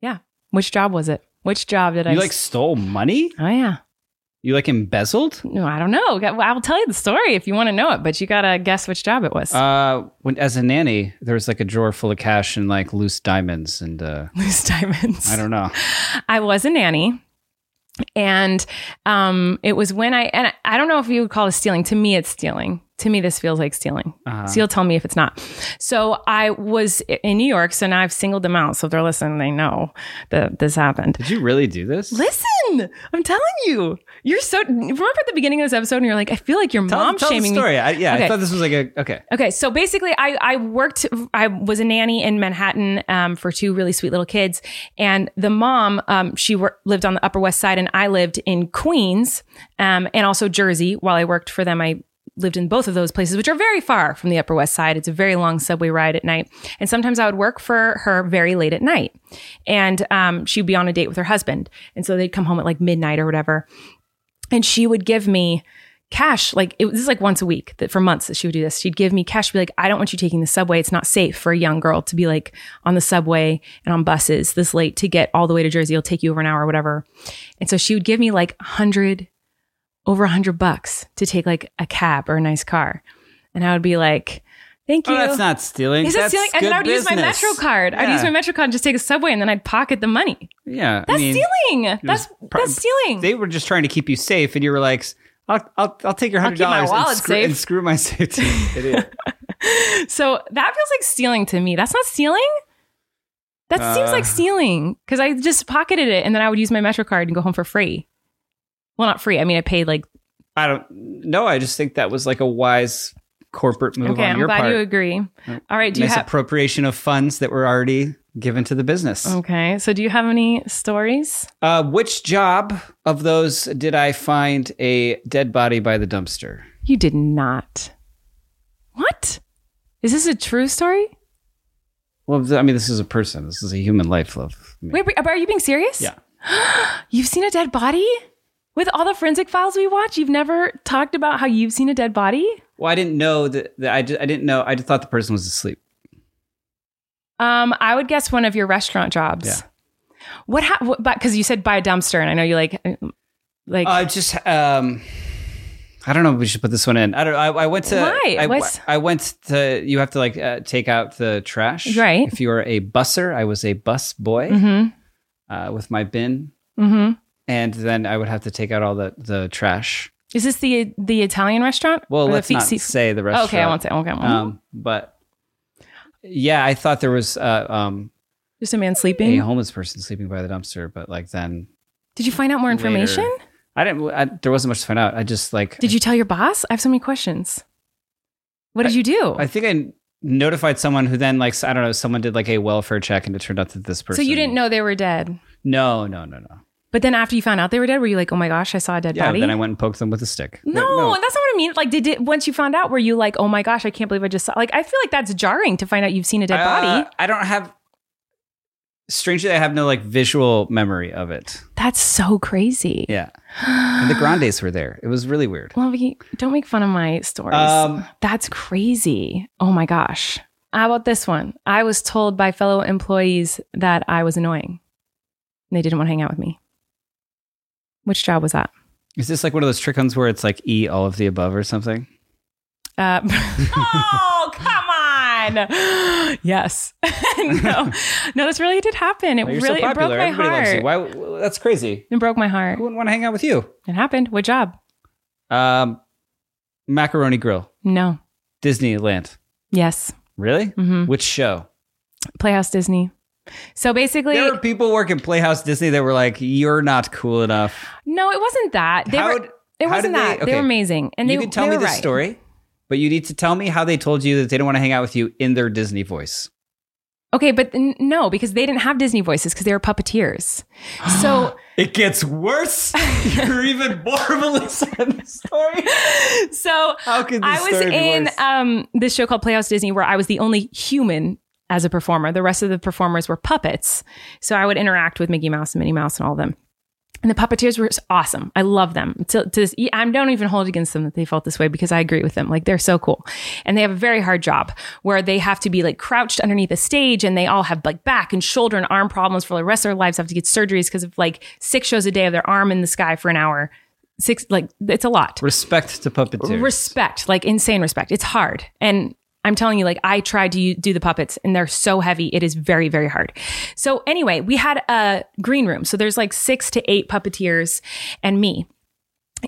A: Yeah. Which job was it? Which job did I?
B: You like
A: s-
B: stole money?
A: oh yeah.
B: You like embezzled?
A: No, I don't know. Well, I will tell you the story if you want to know it, but you gotta guess which job it was.
B: Uh, when as a nanny, there was like a drawer full of cash and like loose diamonds, and uh,
A: Loose diamonds.
B: I don't know.
A: I was a nanny. And um, it was when I, and I- I don't know if you would call this stealing. To me, it's stealing. To me, this feels like stealing.
B: Uh-huh.
A: So you'll tell me if it's not. So I was i- in New York. So now I've singled them out. So if they're listening, they know that this happened.
B: Did you really do this?
A: Listen, on. I'm telling you. You're so. Remember at the beginning of this episode, and you're like, I feel like your
B: Tell,
A: mom
B: tell
A: shaming
B: the story.
A: me.
B: I, yeah,
A: Okay.
B: I thought this was like a okay.
A: Okay, so basically, I I worked. I was a nanny in Manhattan um, for two really sweet little kids, and the mom um, she wor- lived on the Upper West Side, and I lived in Queens um, and also Jersey. While I worked for them, I lived in both of those places, which are very far from the Upper West Side. It's a very long subway ride at night, and sometimes I would work for her very late at night, and um, she'd be on a date with her husband, and so they'd come home at like midnight or whatever, and she would give me cash like it was this is like once a week that for months that she would do this she'd give me cash be like i don't want you taking the subway it's not safe for a young girl to be like on the subway and on buses this late to get all the way to jersey it'll take you over an hour or whatever and so she would give me like 100 over 100 bucks to take like a cab or a nice car and i would be like thank you
B: Oh, that's not stealing.
A: Is it
B: that's
A: stealing? And
B: good
A: then I would use my
B: business.
A: Metro card. I'd use
B: Yeah.
A: my Metro card and just take a subway and then I'd pocket the money.
B: Yeah, I
A: That's
B: mean,
A: stealing. That's
B: pro-
A: that's stealing.
B: They were just trying to keep you safe, and you were like, "I'll, I'll, I'll take your
A: I'll
B: hundred
A: keep my
B: dollars
A: wallet
B: and, screw-
A: safe.
B: and screw my safety." Idiot.
A: So that feels like stealing to me. That's not stealing. That seems
B: Uh.
A: like stealing because I just pocketed it and then I would use my Metro card and go home for free. Well, not free. I mean, I paid like.
B: I don't. No, I just think that was like a wise corporate move
A: Okay,
B: on
A: I'm
B: your
A: glad
B: part.
A: you agree. All right, do you have?
B: misappropriation of funds that were already given to the business.
A: okay, so do you have any stories?
B: Uh, which job of those did I find a dead body by the dumpster?
A: You did not. What? Is this a true story?
B: Well, th- I mean, this is a person. This is a human life, love. I mean,
A: Wait, are you being serious?
B: Yeah.
A: you've seen a dead body. With all the forensic files we watch, you've never talked about how you've seen a dead body.
B: Well, I didn't know that. that I, just, I didn't know. I just thought the person was asleep.
A: Um, I would guess one of your restaurant jobs. What happened? Because you said buy a dumpster, and I know you like, uh, like
B: Uh, just um, I don't know. if We should put this one in. I don't. I, I went to.
A: Why?
B: I,
A: What's-
B: I went to. You have to like uh, take out the trash,
A: Right.
B: If you are a busser, I was a bus boy
A: Mm-hmm.
B: uh, with my bin,
A: hmm
B: and then I would have to take out all the the trash.
A: is this the the Italian restaurant?
B: Well,
A: Or the
B: let's
A: fe-
B: not
A: se-
B: say the rest.
A: Okay, I won't say. Okay, I won't.
B: Um, but yeah, I thought there was uh, um,
A: just a man
B: a
A: sleeping.
B: homeless person sleeping by the dumpster, but like then
A: Did you find out more information?
B: later- I didn't. I, there wasn't much to find out. I just like
A: Did you tell your boss? I have so many questions. What did you do?
B: I think I notified someone who then like I don't know someone did like a welfare check and it turned out that this
A: so
B: person.
A: you didn't know they were dead,
B: No, no, no, no.
A: but then after you found out they were dead, were you like, oh my gosh, I saw a dead
B: Yeah.
A: body?
B: Then I went and poked them with a stick.
A: no, that's not what I mean. Like, did it once you found out, were you like, oh my gosh, I can't believe I just saw? Like, I feel like that's jarring to find out you've seen a dead body.
B: Uh, I don't have. Strangely, I have no like visual memory of it.
A: That's so crazy.
B: Yeah. and the Grandes were there. It was really weird.
A: Well, Vicky, don't make fun of my stories.
B: Um,
A: That's crazy. Oh my gosh. How about this one? I was told by fellow employees that I was annoying and they didn't want to hang out with me. Which job was that?
B: Is this like one of those trick ones where it's like E all of the above or something?
A: Uh, oh, come on. Yes. no, no, this really did happen. It
B: Well, Oh, you're
A: really
B: so
A: it broke
B: popular.
A: my
B: Everybody loves you.
A: heart.
B: Why? well, That's crazy.
A: It broke my heart.
B: Who wouldn't want to hang out with you?
A: It happened. What job?
B: Um, Macaroni Grill,
A: No.
B: Disneyland.
A: Yes.
B: Really?
A: Mhm.
B: Which show?
A: Playhouse Disney. So basically,
B: There were people working Playhouse Disney that were like, "You're not cool enough."
A: no, it wasn't that. They
B: How
A: were,
B: d-
A: It
B: how
A: wasn't
B: did
A: that. They, were
B: okay.
A: amazing. And
B: you
A: they
B: can tell
A: they
B: me
A: were
B: the
A: right.
B: story, but you need to tell me how they told you that they don't want to hang out with you in their Disney voice.
A: Okay, but n- no, because they didn't have Disney voices because they were puppeteers. So
B: It gets worse. You're even more of a listener to the story.
A: so
B: How could
A: I
B: this
A: was
B: story be
A: in
B: worse?
A: um, this show called Playhouse Disney where I was the only human as a performer. The rest of the performers were puppets. So I would interact with Mickey Mouse and Minnie Mouse and all of them. And the puppeteers were awesome. I love them. To, to this, I don't even hold against them that they felt this way because I agree with them. Like they're so cool, and they have a very hard job where they have to be like crouched underneath a stage, and they all have like back and shoulder and arm problems for the rest of their lives. Have to get surgeries because of like six shows a day of their arm in the sky for an hour. Six like it's a lot
B: Respect to puppeteers.
A: respect like insane respect it's hard and i'm telling you like i tried to u- do the puppets and they're so heavy it is very very hard so anyway we had a green room so there's like six to eight puppeteers and me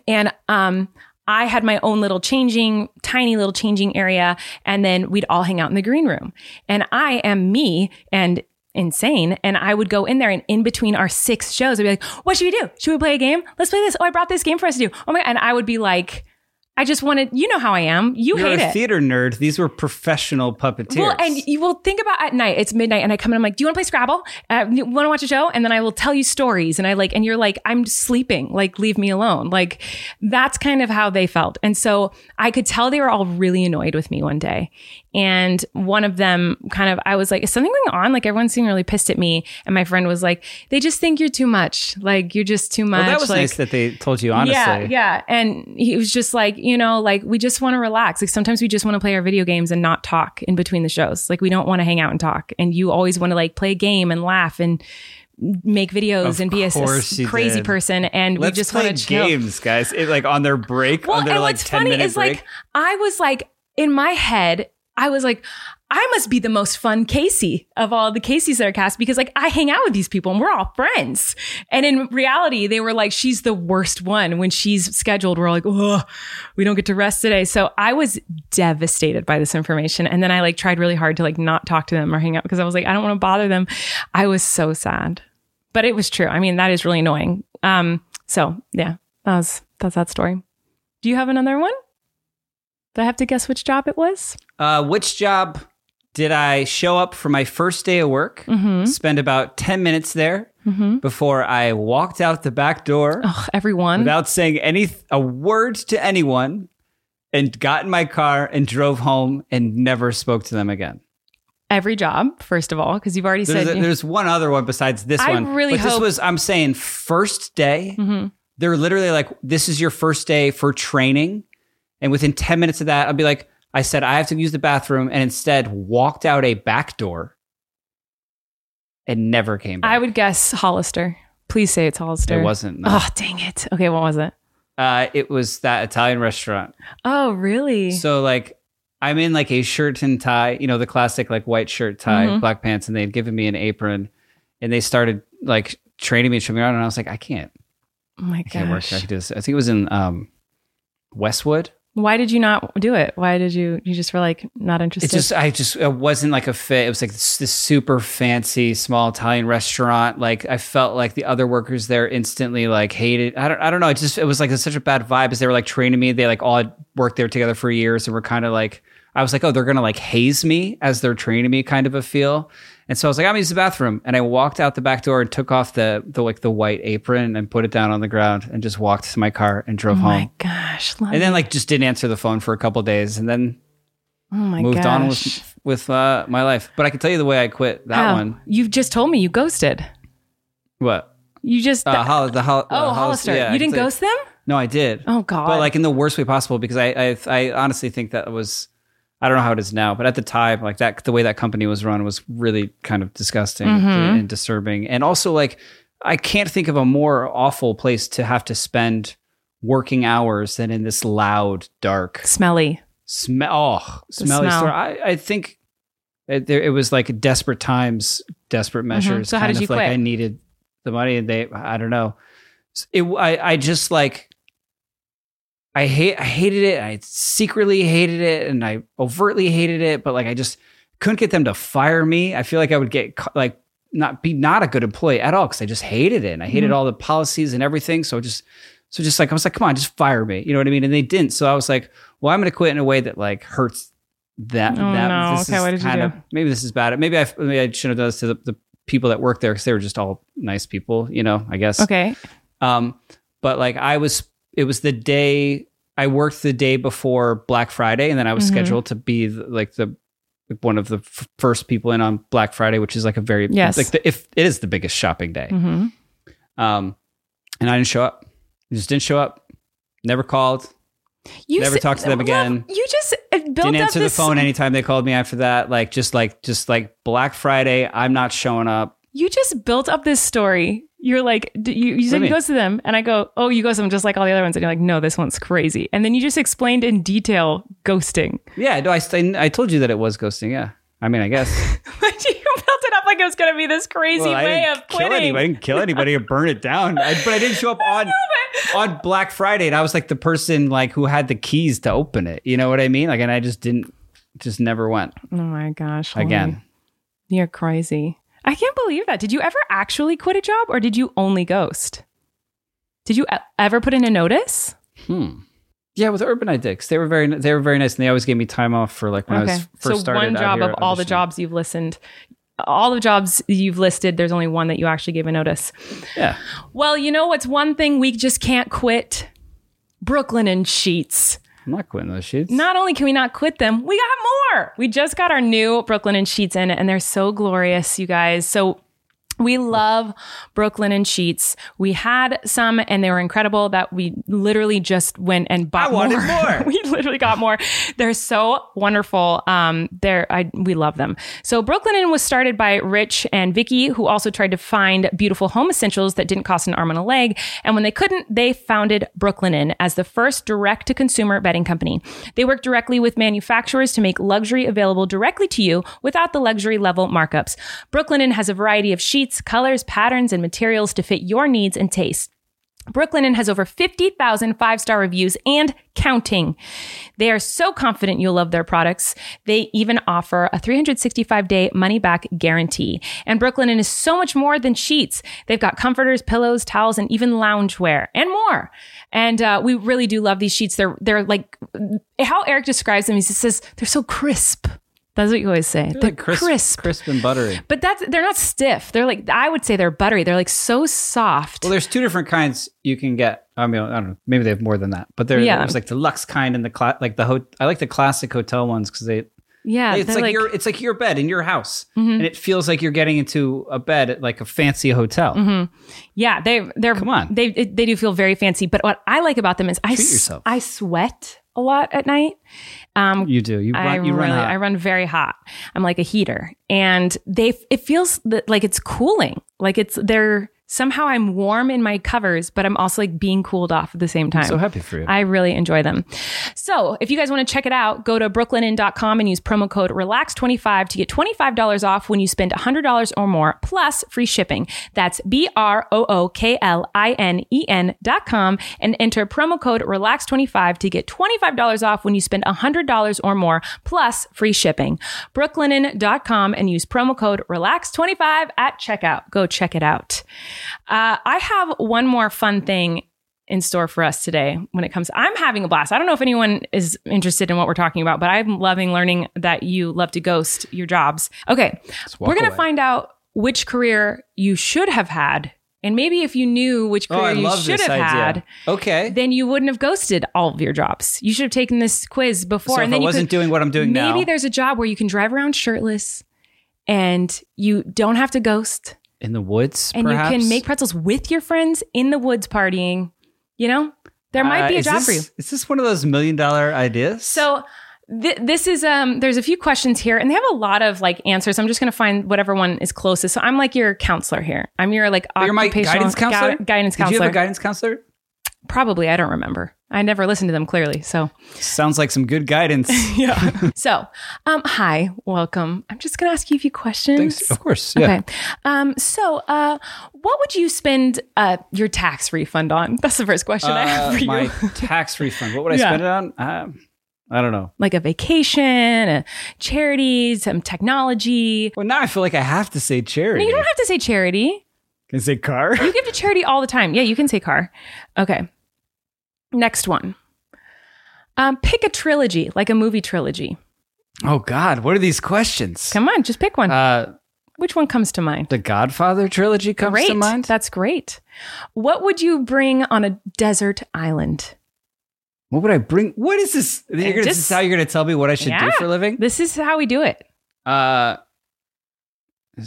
A: and um I had my own little changing, tiny little changing area, and then we'd all hang out in the green room. And I am me, and insane. And I would go in there and in between our six shows, I'd be like, what should we do? Should we play a game? Let's play this. Oh, I brought this game for us to do. Oh my God. And I would be like, I just wanted, you know how I am. You
B: You're
A: hate
B: a
A: it.
B: theater nerd. These were professional puppeteers.
A: Well, and you will think about at night. It's midnight, and I come and I'm like, "Do you want to play Scrabble? Uh, you want to watch a show?" And then I will tell you stories, and I like, and you're like, "I'm sleeping. Like, leave me alone." Like, that's kind of how they felt, and so I could tell they were all really annoyed with me one day. And one of them, kind of, I was like, "Is something going on?" Like, everyone seemed really pissed at me, and my friend was like, "They just think you're too much. Like, you're just too much."
B: Well, that was
A: like,
B: nice that they told you honestly.
A: yeah, yeah. And he was just like, you know, like we just want to relax. Like sometimes we just want to play our video games and not talk in between the shows. Like we don't want to hang out and talk. And you always want to like play a game and laugh and make videos
B: Of
A: and be a, s-
B: course you
A: crazy
B: did.
A: person. And
B: Let's
A: we just
B: play
A: want to chill.
B: games, guys. It, like on their break,
A: Well,
B: on their
A: and
B: like
A: what's
B: ten
A: funny
B: minute
A: is
B: break.
A: like I was like in my head, I was like, I must be the most fun Casey of all the Caseys that are cast because like I hang out with these people and we're all friends. And in reality, they were like, she's the worst one. When she's scheduled, we're like, oh, we don't get to rest today. So I was devastated by this information. And then I like tried really hard to like not talk to them or hang out because I was like, I don't want to bother them. I was so sad. But it was true. I mean, that is really annoying. Um, so yeah, that was that's that story. Do you have another one? Do I have to guess which job it was?
B: Uh, which job did I show up for my first day of work? Spend about ten minutes there before I walked out the back door
A: Ugh, everyone.
B: without saying any a word to anyone, and got in my car and drove home and never spoke to them again.
A: Every job, first of all, because you've already
B: There's,
A: said.
B: a- there's one other one besides this
A: I
B: one.
A: really
B: but this
A: hope- Mm-hmm.
B: was I'm saying first day. They're literally like, this is your first day for training, and within ten minutes of that, I'll be like, I said I have to use the bathroom, and instead walked out a back door, and never came back.
A: I would guess Hollister. Please say it's Hollister.
B: It wasn't. no.
A: Oh dang it! Okay, what was it?
B: Uh, it was that Italian restaurant.
A: Oh really?
B: So like I'm in like a shirt and tie, you know, the classic like white shirt tie,
A: Mm-hmm.
B: black pants, and they'd given me an apron and they started like training me and showing me around and I was like, I can't,
A: oh my
B: I can't work
A: gosh!
B: here. I can do this. I think it was in um Westwood.
A: Why did you not do it? Why did you? You just were like not
B: It
A: interested.
B: just I just it wasn't like a fit. It was like this, this super fancy small Italian restaurant. Like I felt like the other workers there instantly like hated. I don't I don't know. It just it was like such a bad vibe as they were like training me. They like all had worked there together for years and were kind of like I was like, oh, they're gonna like haze me as they're training me, kind of a feel. And so I was like, I'm gonna use the bathroom. And I walked out the back door and took off the the like the white apron and put it down on the ground and just walked to my car and drove
A: oh my
B: home.
A: gosh! Love
B: And then like just didn't answer the phone for a couple days and then
A: oh my
B: moved
A: gosh.
B: on with with uh, my life. But I can tell you the way I quit that
A: How?
B: one.
A: You just told me you ghosted.
B: What?
A: You just.
B: Uh, Hol- the Hol-
A: oh
B: uh,
A: Hollister!
B: yeah, I
A: you
B: can
A: didn't
B: tell
A: ghost them?
B: No, I did.
A: Oh, God.
B: But like in the worst way possible because I I, I honestly think that was. I don't know how it is now, but at the time, like that, the way that company was run was really kind of disgusting
A: Mm-hmm.
B: and disturbing. And also, like, I can't think of a more awful place to have to spend working hours than in this loud, dark,
A: Smelly.
B: smell oh, smelly
A: smell.
B: store. I, I think it, there, it was like desperate times, desperate measures.
A: Mm-hmm. So how
B: kind
A: did
B: of
A: you
B: like
A: quit?
B: I needed the money, and they I don't know. S- It I I just like I hate I hated it. I secretly hated it, and I overtly hated it. But like I just couldn't get them to fire me. I feel like I would get ca- like not be not a good employee at all because I just hated it. And I
A: Mm-hmm.
B: hated all the policies and everything. So just so just like I was like, come on, just fire me. You know what I mean? And they didn't. So I was like, well, I'm going to quit in a way that like hurts that.
A: Oh,
B: that
A: no. Okay,
B: is
A: what did you
B: kind
A: do?
B: Of, maybe this is bad. Maybe I maybe I shouldn't have done this to the, the people that work there because they were just all nice people. You know, I guess.
A: Okay.
B: Um, but like I was, it was the day I worked the day before Black Friday, and then I was
A: Mhm.
B: scheduled to be the, like the like, one of the f- first people in on Black Friday, which is like a very
A: Yes.
B: like the, if it is the biggest shopping day.
A: Mm-hmm.
B: Um, and I didn't show up. I just didn't show up. Never called.
A: You
B: Never talk to them
A: Love,
B: again.
A: you just uh, built
B: didn't
A: up
B: answer
A: this,
B: the phone anytime they called me after that. Like just like just like Black Friday, I'm not showing up.
A: You just built up this story. You're like, d- you, you
B: do you
A: said you
B: mean?
A: go to them, and I go, oh, you go to them just like all the other ones, and you're like, no, this one's crazy. And then you just explained in detail ghosting.
B: Yeah, no, I st- I told you that it was ghosting. Yeah, I mean, I guess.
A: But you built it up like it was going to be this crazy
B: Well, I
A: way
B: didn't
A: of
B: Kill
A: quitting.
B: anybody. I didn't kill anybody or burn it down. I, but I didn't show up on on Black Friday, and I was like the person like who had the keys to open it. You know what I mean? Like, and I just didn't, just never went
A: Oh my gosh!
B: again.
A: Lori. you're crazy. I can't believe that. Did you ever actually quit a job or did you only ghost? Did you e- ever put in a notice?
B: Hmm. Yeah, with Urban I Dicks, they were very they were very nice, and they always gave me time off for like when I was first
A: so
B: started.
A: one
B: out
A: job
B: here
A: of all the
B: auditioning.
A: jobs you've listened, all the jobs you've listed, there's only one that you actually gave a notice.
B: Yeah.
A: Well, you know what's one thing we just can't quit? Brooklyn and Sheets.
B: I'm not quitting those shoots.
A: Not only can we not quit them, we got more. We just got our new Brooklyn and Sheets in, and they're so glorious, you guys. So we love Brooklyn and Sheets. We had some and they were incredible that we literally just went and bought
B: I wanted more.
A: we literally got more. They're so wonderful. Um, they're I we love them. So Brooklyn Inn was started by Rich and Vicky, who also tried to find beautiful home essentials that didn't cost an arm and a leg. And when they couldn't, they founded Brooklyn Inn as the first direct to consumer bedding company. They work directly with manufacturers to make luxury available directly to you without the luxury level markups. Brooklyn Inn has a variety of sheets, colors, patterns, and materials to fit your needs and tastes. Brooklinen has over 50,000 five star reviews and counting. They are so confident you'll love their products. They even offer a 365 day money back guarantee. And Brooklinen is so much more than sheets. They've got comforters, pillows, towels, and even loungewear and more. And uh, we really do love these sheets. They're, they're like how Eric describes them. He says they're so crisp. That's what you always say. They're,
B: Like
A: crisp.
B: crisp and buttery.
A: But that's they're not stiff. They're like I would say they're buttery. They're like so soft.
B: Well, there's two different kinds you can get. I mean, I don't know. Maybe they have more than that, but there,
A: Yeah.
B: there's like the luxe kind and the cla- like the ho- I like the classic hotel ones because they
A: yeah,
B: it's
A: they're Mm-hmm.
B: like, your it's like your bed in your house, and it feels like you're getting into a bed at like a fancy hotel.
A: Mm-hmm. Yeah, they they're
B: Come on.
A: They they do feel very fancy, but what I like about them is I s-
B: yourself.
A: I sweat a lot at night. Um,
B: You do. You run.
A: I
B: you
A: really
B: run hot.
A: I run very hot. I'm like a heater, and they it feels that, like it's cooling. Like it's they're somehow I'm warm in my covers, but I'm also like being cooled off at the same time.
B: so happy for you.
A: I really enjoy them. So if you guys want to check it out, go to brooklinen.com and use promo code RELAX25 to get $25 off when you spend $100 or more, plus free shipping. That's B R O O K L I N E N dot com and enter promo code RELAX25 to get $25 off when you spend $100 or more, plus free shipping. Brooklinen.com and use promo code RELAX25 at checkout. Go check it out. Uh, I have one more fun thing in store for us today when it comes I'm having a blast. I don't know if anyone is interested in what we're talking about, but I'm loving learning that you love to ghost your jobs. Okay.
B: walk
A: We're going to
B: away.
A: find out which career you should have had and maybe if you knew which
B: oh,
A: career
B: I
A: you
B: love
A: should
B: this
A: have
B: idea.
A: had,
B: okay.
A: then you wouldn't have ghosted all of your jobs. You should have taken this quiz before
B: so
A: and
B: if I
A: then you
B: wasn't
A: could,
B: doing what I'm doing now,
A: Maybe there's a job where you can drive around shirtless and you don't have to ghost
B: in the woods,
A: and
B: perhaps?
A: you can make pretzels with your friends in the woods partying. You know, there might
B: Uh,
A: be a
B: is
A: job
B: this,
A: for you.
B: Is this one of those million dollar ideas?
A: So th- this is um. There's a few questions here, and they have a lot of like answers. I'm just gonna find whatever one is closest. So I'm like your counselor here. I'm your like
B: you're my
A: occupational
B: guidance
A: gui-
B: counselor.
A: guidance
B: Did you
A: counselor.
B: have a guidance counselor?
A: Probably. I don't remember. I never listened to them clearly. So
B: Sounds like some good guidance.
A: yeah. so um. Hi. Welcome. I'm just gonna ask you a few questions.
B: Thanks. Of course. Yeah.
A: Okay. Um, so, uh, what would you spend uh, your tax refund on? That's the first question I have
B: Uh,
A: for you.
B: my tax refund. What would I
A: Yeah.
B: spend it on? Um, I don't know.
A: like a vacation, a charity, some technology.
B: Well, now I feel like I have to say charity.
A: You don't have to say charity.
B: Can I say car?
A: You give to charity all the time. Yeah, you can say car. Okay. Next one. Um, pick a trilogy, like a movie trilogy.
B: Oh God, what are these questions?
A: Come on, just pick one.
B: Uh,
A: Which one comes to mind?
B: the Godfather trilogy comes
A: Great.
B: to mind.
A: That's great. What would you bring on a desert island?
B: what would I bring? What is this? You're gonna, this
A: just-
B: is how you're going to tell me what I should
A: Yeah.
B: do for a living?
A: This is how we do it.
B: Uh,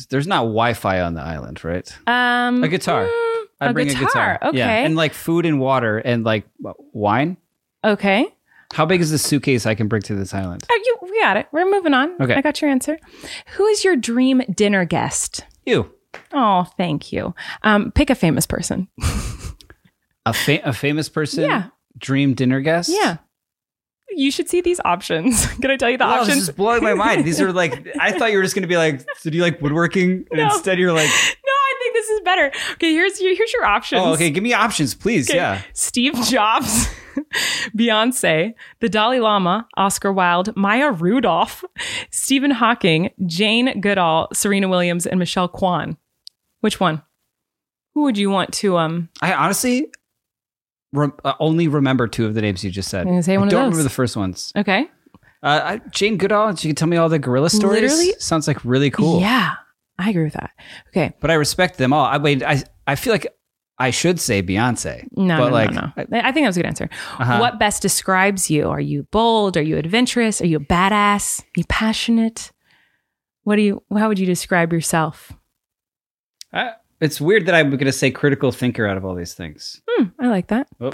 B: there's not Wi-Fi on the island, right?
A: Um,
B: A guitar.
A: mm,
B: I
A: a
B: bring
A: guitar.
B: a guitar. Yeah.
A: Okay.
B: and like food and water and like w- wine.
A: okay.
B: How big is the suitcase I can bring to this island?
A: Oh, you, we got it. We're moving on.
B: Okay.
A: I got your answer. Who is your dream dinner guest?
B: You,
A: Oh, thank you. Um, pick a famous person.
B: a fa- a famous person.
A: Yeah.
B: Dream dinner guest.
A: Yeah. You should see these options. Can I tell you the
B: Wow,
A: options?
B: Oh, this is blowing my mind. These are like I thought you were just gonna be like, so do you like woodworking? And
A: No.
B: instead you're like,
A: no, I think this is better. Okay, here's your here's your options.
B: oh, okay, give me options, please. Yeah,
A: Steve Jobs. Beyonce, the Dalai Lama, Oscar Wilde, Maya Rudolph, Stephen Hawking, Jane Goodall, Serena Williams, and Michelle Kwan. Which one? Who would you want to um?
B: I honestly re- uh, only remember two of the names you just said.
A: I'm gonna say
B: I
A: one of
B: don't
A: those.
B: remember the first ones.
A: Okay.
B: Uh, I, Jane Goodall, she can tell me all the gorilla stories.
A: Literally-
B: sounds like really cool.
A: Yeah, I agree with that. Okay.
B: But I respect them all. I mean, I I feel like I should say Beyonce.
A: No,
B: but
A: no,
B: like, Uh-huh.
A: no,
B: I-
A: no. I, I think that was a good answer. What best describes you? Are you bold? Are you adventurous? Are you a badass? Are you passionate? What do you? How would you describe yourself?
B: I- it's weird that I'm going to say critical thinker out of all these things.
A: Hmm, I like that.
B: Oh.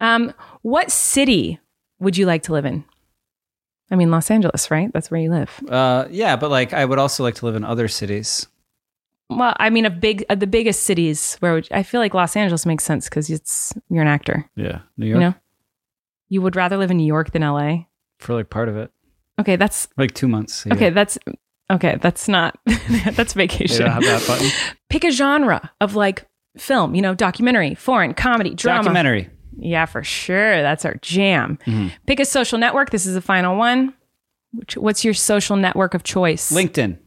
A: Um, what city would you like to live in? I mean, Los Angeles, right? That's where you live.
B: Uh, yeah, but like, I would also like to live in other cities.
A: Well, I mean, a big, uh, the biggest cities where would, I feel like Los Angeles makes sense because it's you're an actor.
B: Yeah, New
A: You know, you would rather live in New York than L.A.
B: for like part of it,
A: Okay, that's
B: like two months.
A: okay. That's okay. That's not that's vacation.
B: that button.
A: Pick a genre of like film. You know, documentary, foreign, comedy, drama.
B: Documentary. Mm-hmm.
A: Yeah, for sure. That's our jam. Pick a social network. This is the final one. Which- What's your social network of choice?
B: LinkedIn.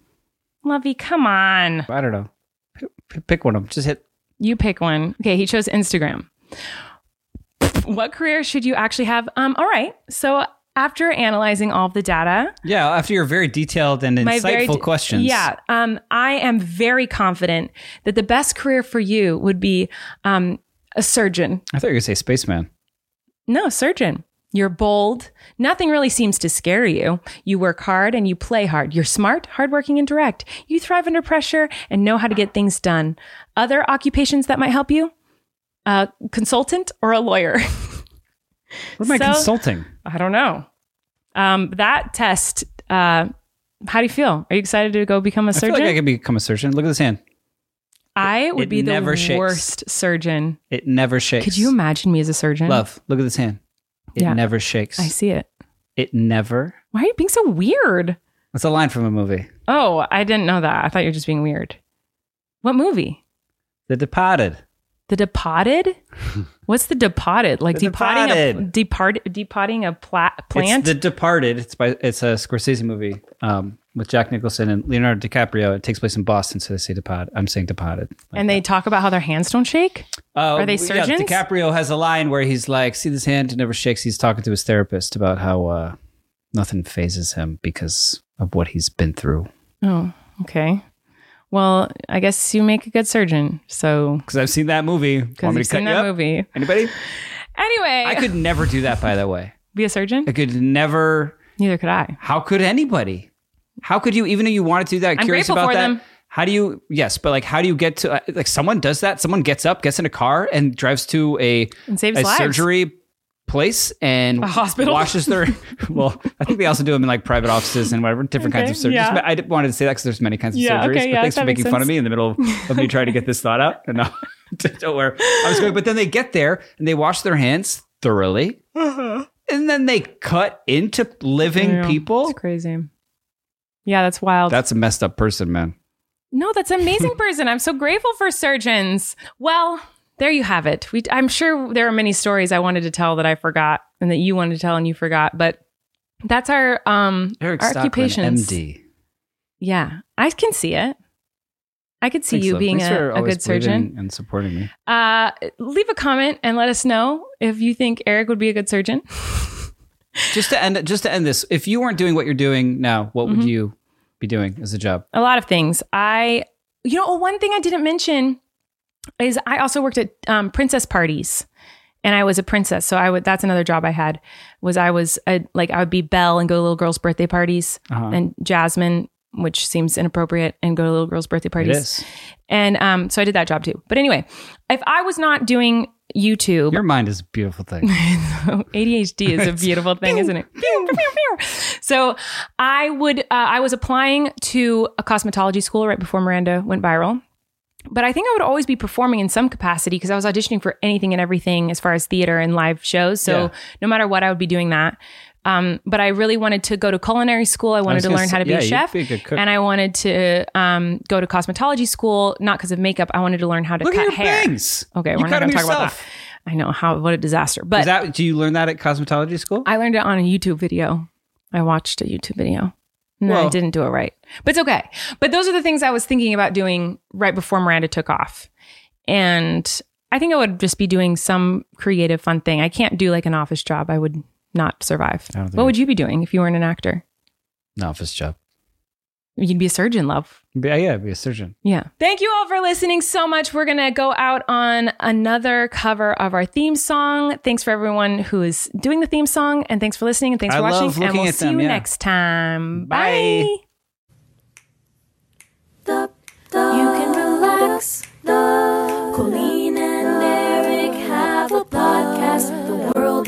A: Lovey, come on.
B: I don't know. P- p- Pick one of them. Just hit.
A: You pick one. Okay, he chose Instagram. What career should you actually have? Um, all right. So after analyzing all of the data,
B: Yeah, after your very detailed and insightful
A: very d-
B: questions.
A: Yeah, um, I am very confident that the best career for you would be um, a surgeon.
B: I thought you were going to say spaceman.
A: No, surgeon. You're bold. Nothing really seems to scare you. You work hard and you play hard. You're smart, hardworking, and direct. You thrive under pressure and know how to get things done. Other occupations that might help you? A consultant or a lawyer?
B: What am I
A: So-
B: consulting?
A: I don't know. Um, that test, uh, how do you feel? Are you excited to go become a
B: I feel
A: surgeon?
B: like I could become a surgeon. Look at this hand.
A: I would
B: it
A: be the
B: never shakes.
A: worst surgeon.
B: It never shakes.
A: Could you imagine me as a surgeon?
B: Love. Look at this hand. It
A: Yeah.
B: never shakes.
A: I see it.
B: It never.
A: Why are you being so weird?
B: That's a line from a movie.
A: Oh, I didn't know that. I thought you were just being weird. What movie?
B: The Departed.
A: The Departed? What's the Departed? Like
B: The
A: departing a
B: Departed.
A: depart, departing a pla- plant?
B: It's The Departed. It's by. It's a Scorsese movie um, with Jack Nicholson and Leonardo DiCaprio. It takes place in Boston, so they say Departed. I'm saying Departed. Like,
A: and they talk about how their hands don't shake?
B: uh,
A: are they surgeons?
B: Yeah, DiCaprio has a line where he's like, "See this hand? It never shakes." He's talking to his therapist about how uh, nothing phases him because of what he's been through.
A: Oh, okay. Well, I guess you make a good surgeon. So,
B: Because I've seen that movie.
A: because
B: Want me
A: you've
B: to cut
A: seen
B: you
A: that
B: up?
A: movie.
B: Anybody?
A: Anyway,
B: I could never do that. By the way,
A: be a surgeon?
B: I could never.
A: Neither could I.
B: How could anybody? How could you, even if you wanted to do that,
A: I'm
B: curious
A: grateful
B: about
A: for
B: that?
A: them.
B: How do you, yes, but like, how do you get to, uh, like, someone does that? Someone gets up, gets in a car, and drives to a,
A: And saves
B: a
A: lives.
B: surgery place and
A: A hospital?
B: washes their, well, I think they also do them in like private offices and whatever, different kinds
A: Okay,
B: of surgeries.
A: yeah.
B: But I did- wanted to say that because there's many kinds of
A: Yeah,
B: surgeries.
A: okay,
B: but
A: yeah,
B: thanks
A: that
B: for
A: makes
B: making fun of
A: sense.
B: me in the middle of, of me trying to get this thought out. And no, don't worry. I was going, but then they get there and they wash their hands thoroughly.
A: Uh-huh.
B: And then they cut into living
A: Yeah,
B: people.
A: It's crazy. Yeah, that's wild.
B: That's a messed up person, man.
A: No, that's an amazing person. I'm so grateful for surgeons. Well, there you have it. We, I'm sure there are many stories I wanted to tell that I forgot and that you wanted to tell and you forgot, but that's our um our occupations.
B: MD.
A: Yeah, I can see it. I could see you being a, a good surgeon.
B: and supporting me.
A: Uh, leave a comment and let us know if you think Eric would be a good surgeon.
B: Just to end, just to end this, if you weren't doing what you're doing now, what
A: Mm-hmm.
B: would you be doing as a job?
A: a lot of things. I, you know, one thing I didn't mention is I also worked at um, princess parties, and I was a princess. So I would that's another job I had was I was a, like I would be Belle and go to little girls' birthday parties,
B: Uh-huh.
A: and Jasmine, which seems inappropriate, and go to little girls' birthday
B: It
A: parties.
B: is.
A: And um, so I did that job too. But anyway, if I was not doing YouTube,
B: Your mind is a beautiful thing. Oh,
A: ADHD is a beautiful thing, isn't it? Pew, pew, pew, pew. so I would, uh, I was applying to a cosmetology school right before Miranda went viral. But I think I would always be performing in some capacity because I was auditioning for anything and everything as far as theater and live shows. So
B: Yeah.
A: no matter what, I would be doing that. Um, but I really wanted to go to culinary school. I wanted
B: was
A: to
B: gonna
A: learn how
B: say-
A: to be
B: yeah,
A: a
B: you'd
A: chef,
B: be a good cook.
A: and I wanted to um, go to cosmetology school not because of makeup. I wanted to learn how to
B: Look
A: cut
B: at your
A: hair.
B: bangs.
A: Okay,
B: You
A: we're not
B: cut
A: going
B: them
A: to talk about
B: yourself.
A: I know how what a disaster. But
E: Is that do you learn that at cosmetology school?
A: I learned it on a YouTube video. I watched a YouTube video. No, I
E: Well-
A: didn't do it right. But it's okay. But those are the things I was thinking about doing right before Miranda took off. And I think I would just be doing some creative fun thing. I can't do like an office job. I would not survive.
G: don't think
A: What would you be doing if you weren't an actor?
G: an office job.
A: You'd be a surgeon, love.
E: Yeah, yeah, be a surgeon.
A: Yeah. Thank you all for listening so much. We're going to go out on another cover of our theme song. Thanks for everyone who is doing the theme song. And thanks for listening. And thanks
E: I
A: for watching.
E: love
A: and
E: looking
A: we'll
E: at
A: see
E: them,
A: you
E: yeah.
A: next time.
E: Bye.
A: Bye.
H: the, you can relax. The Colleen and Eric have a podcast. The world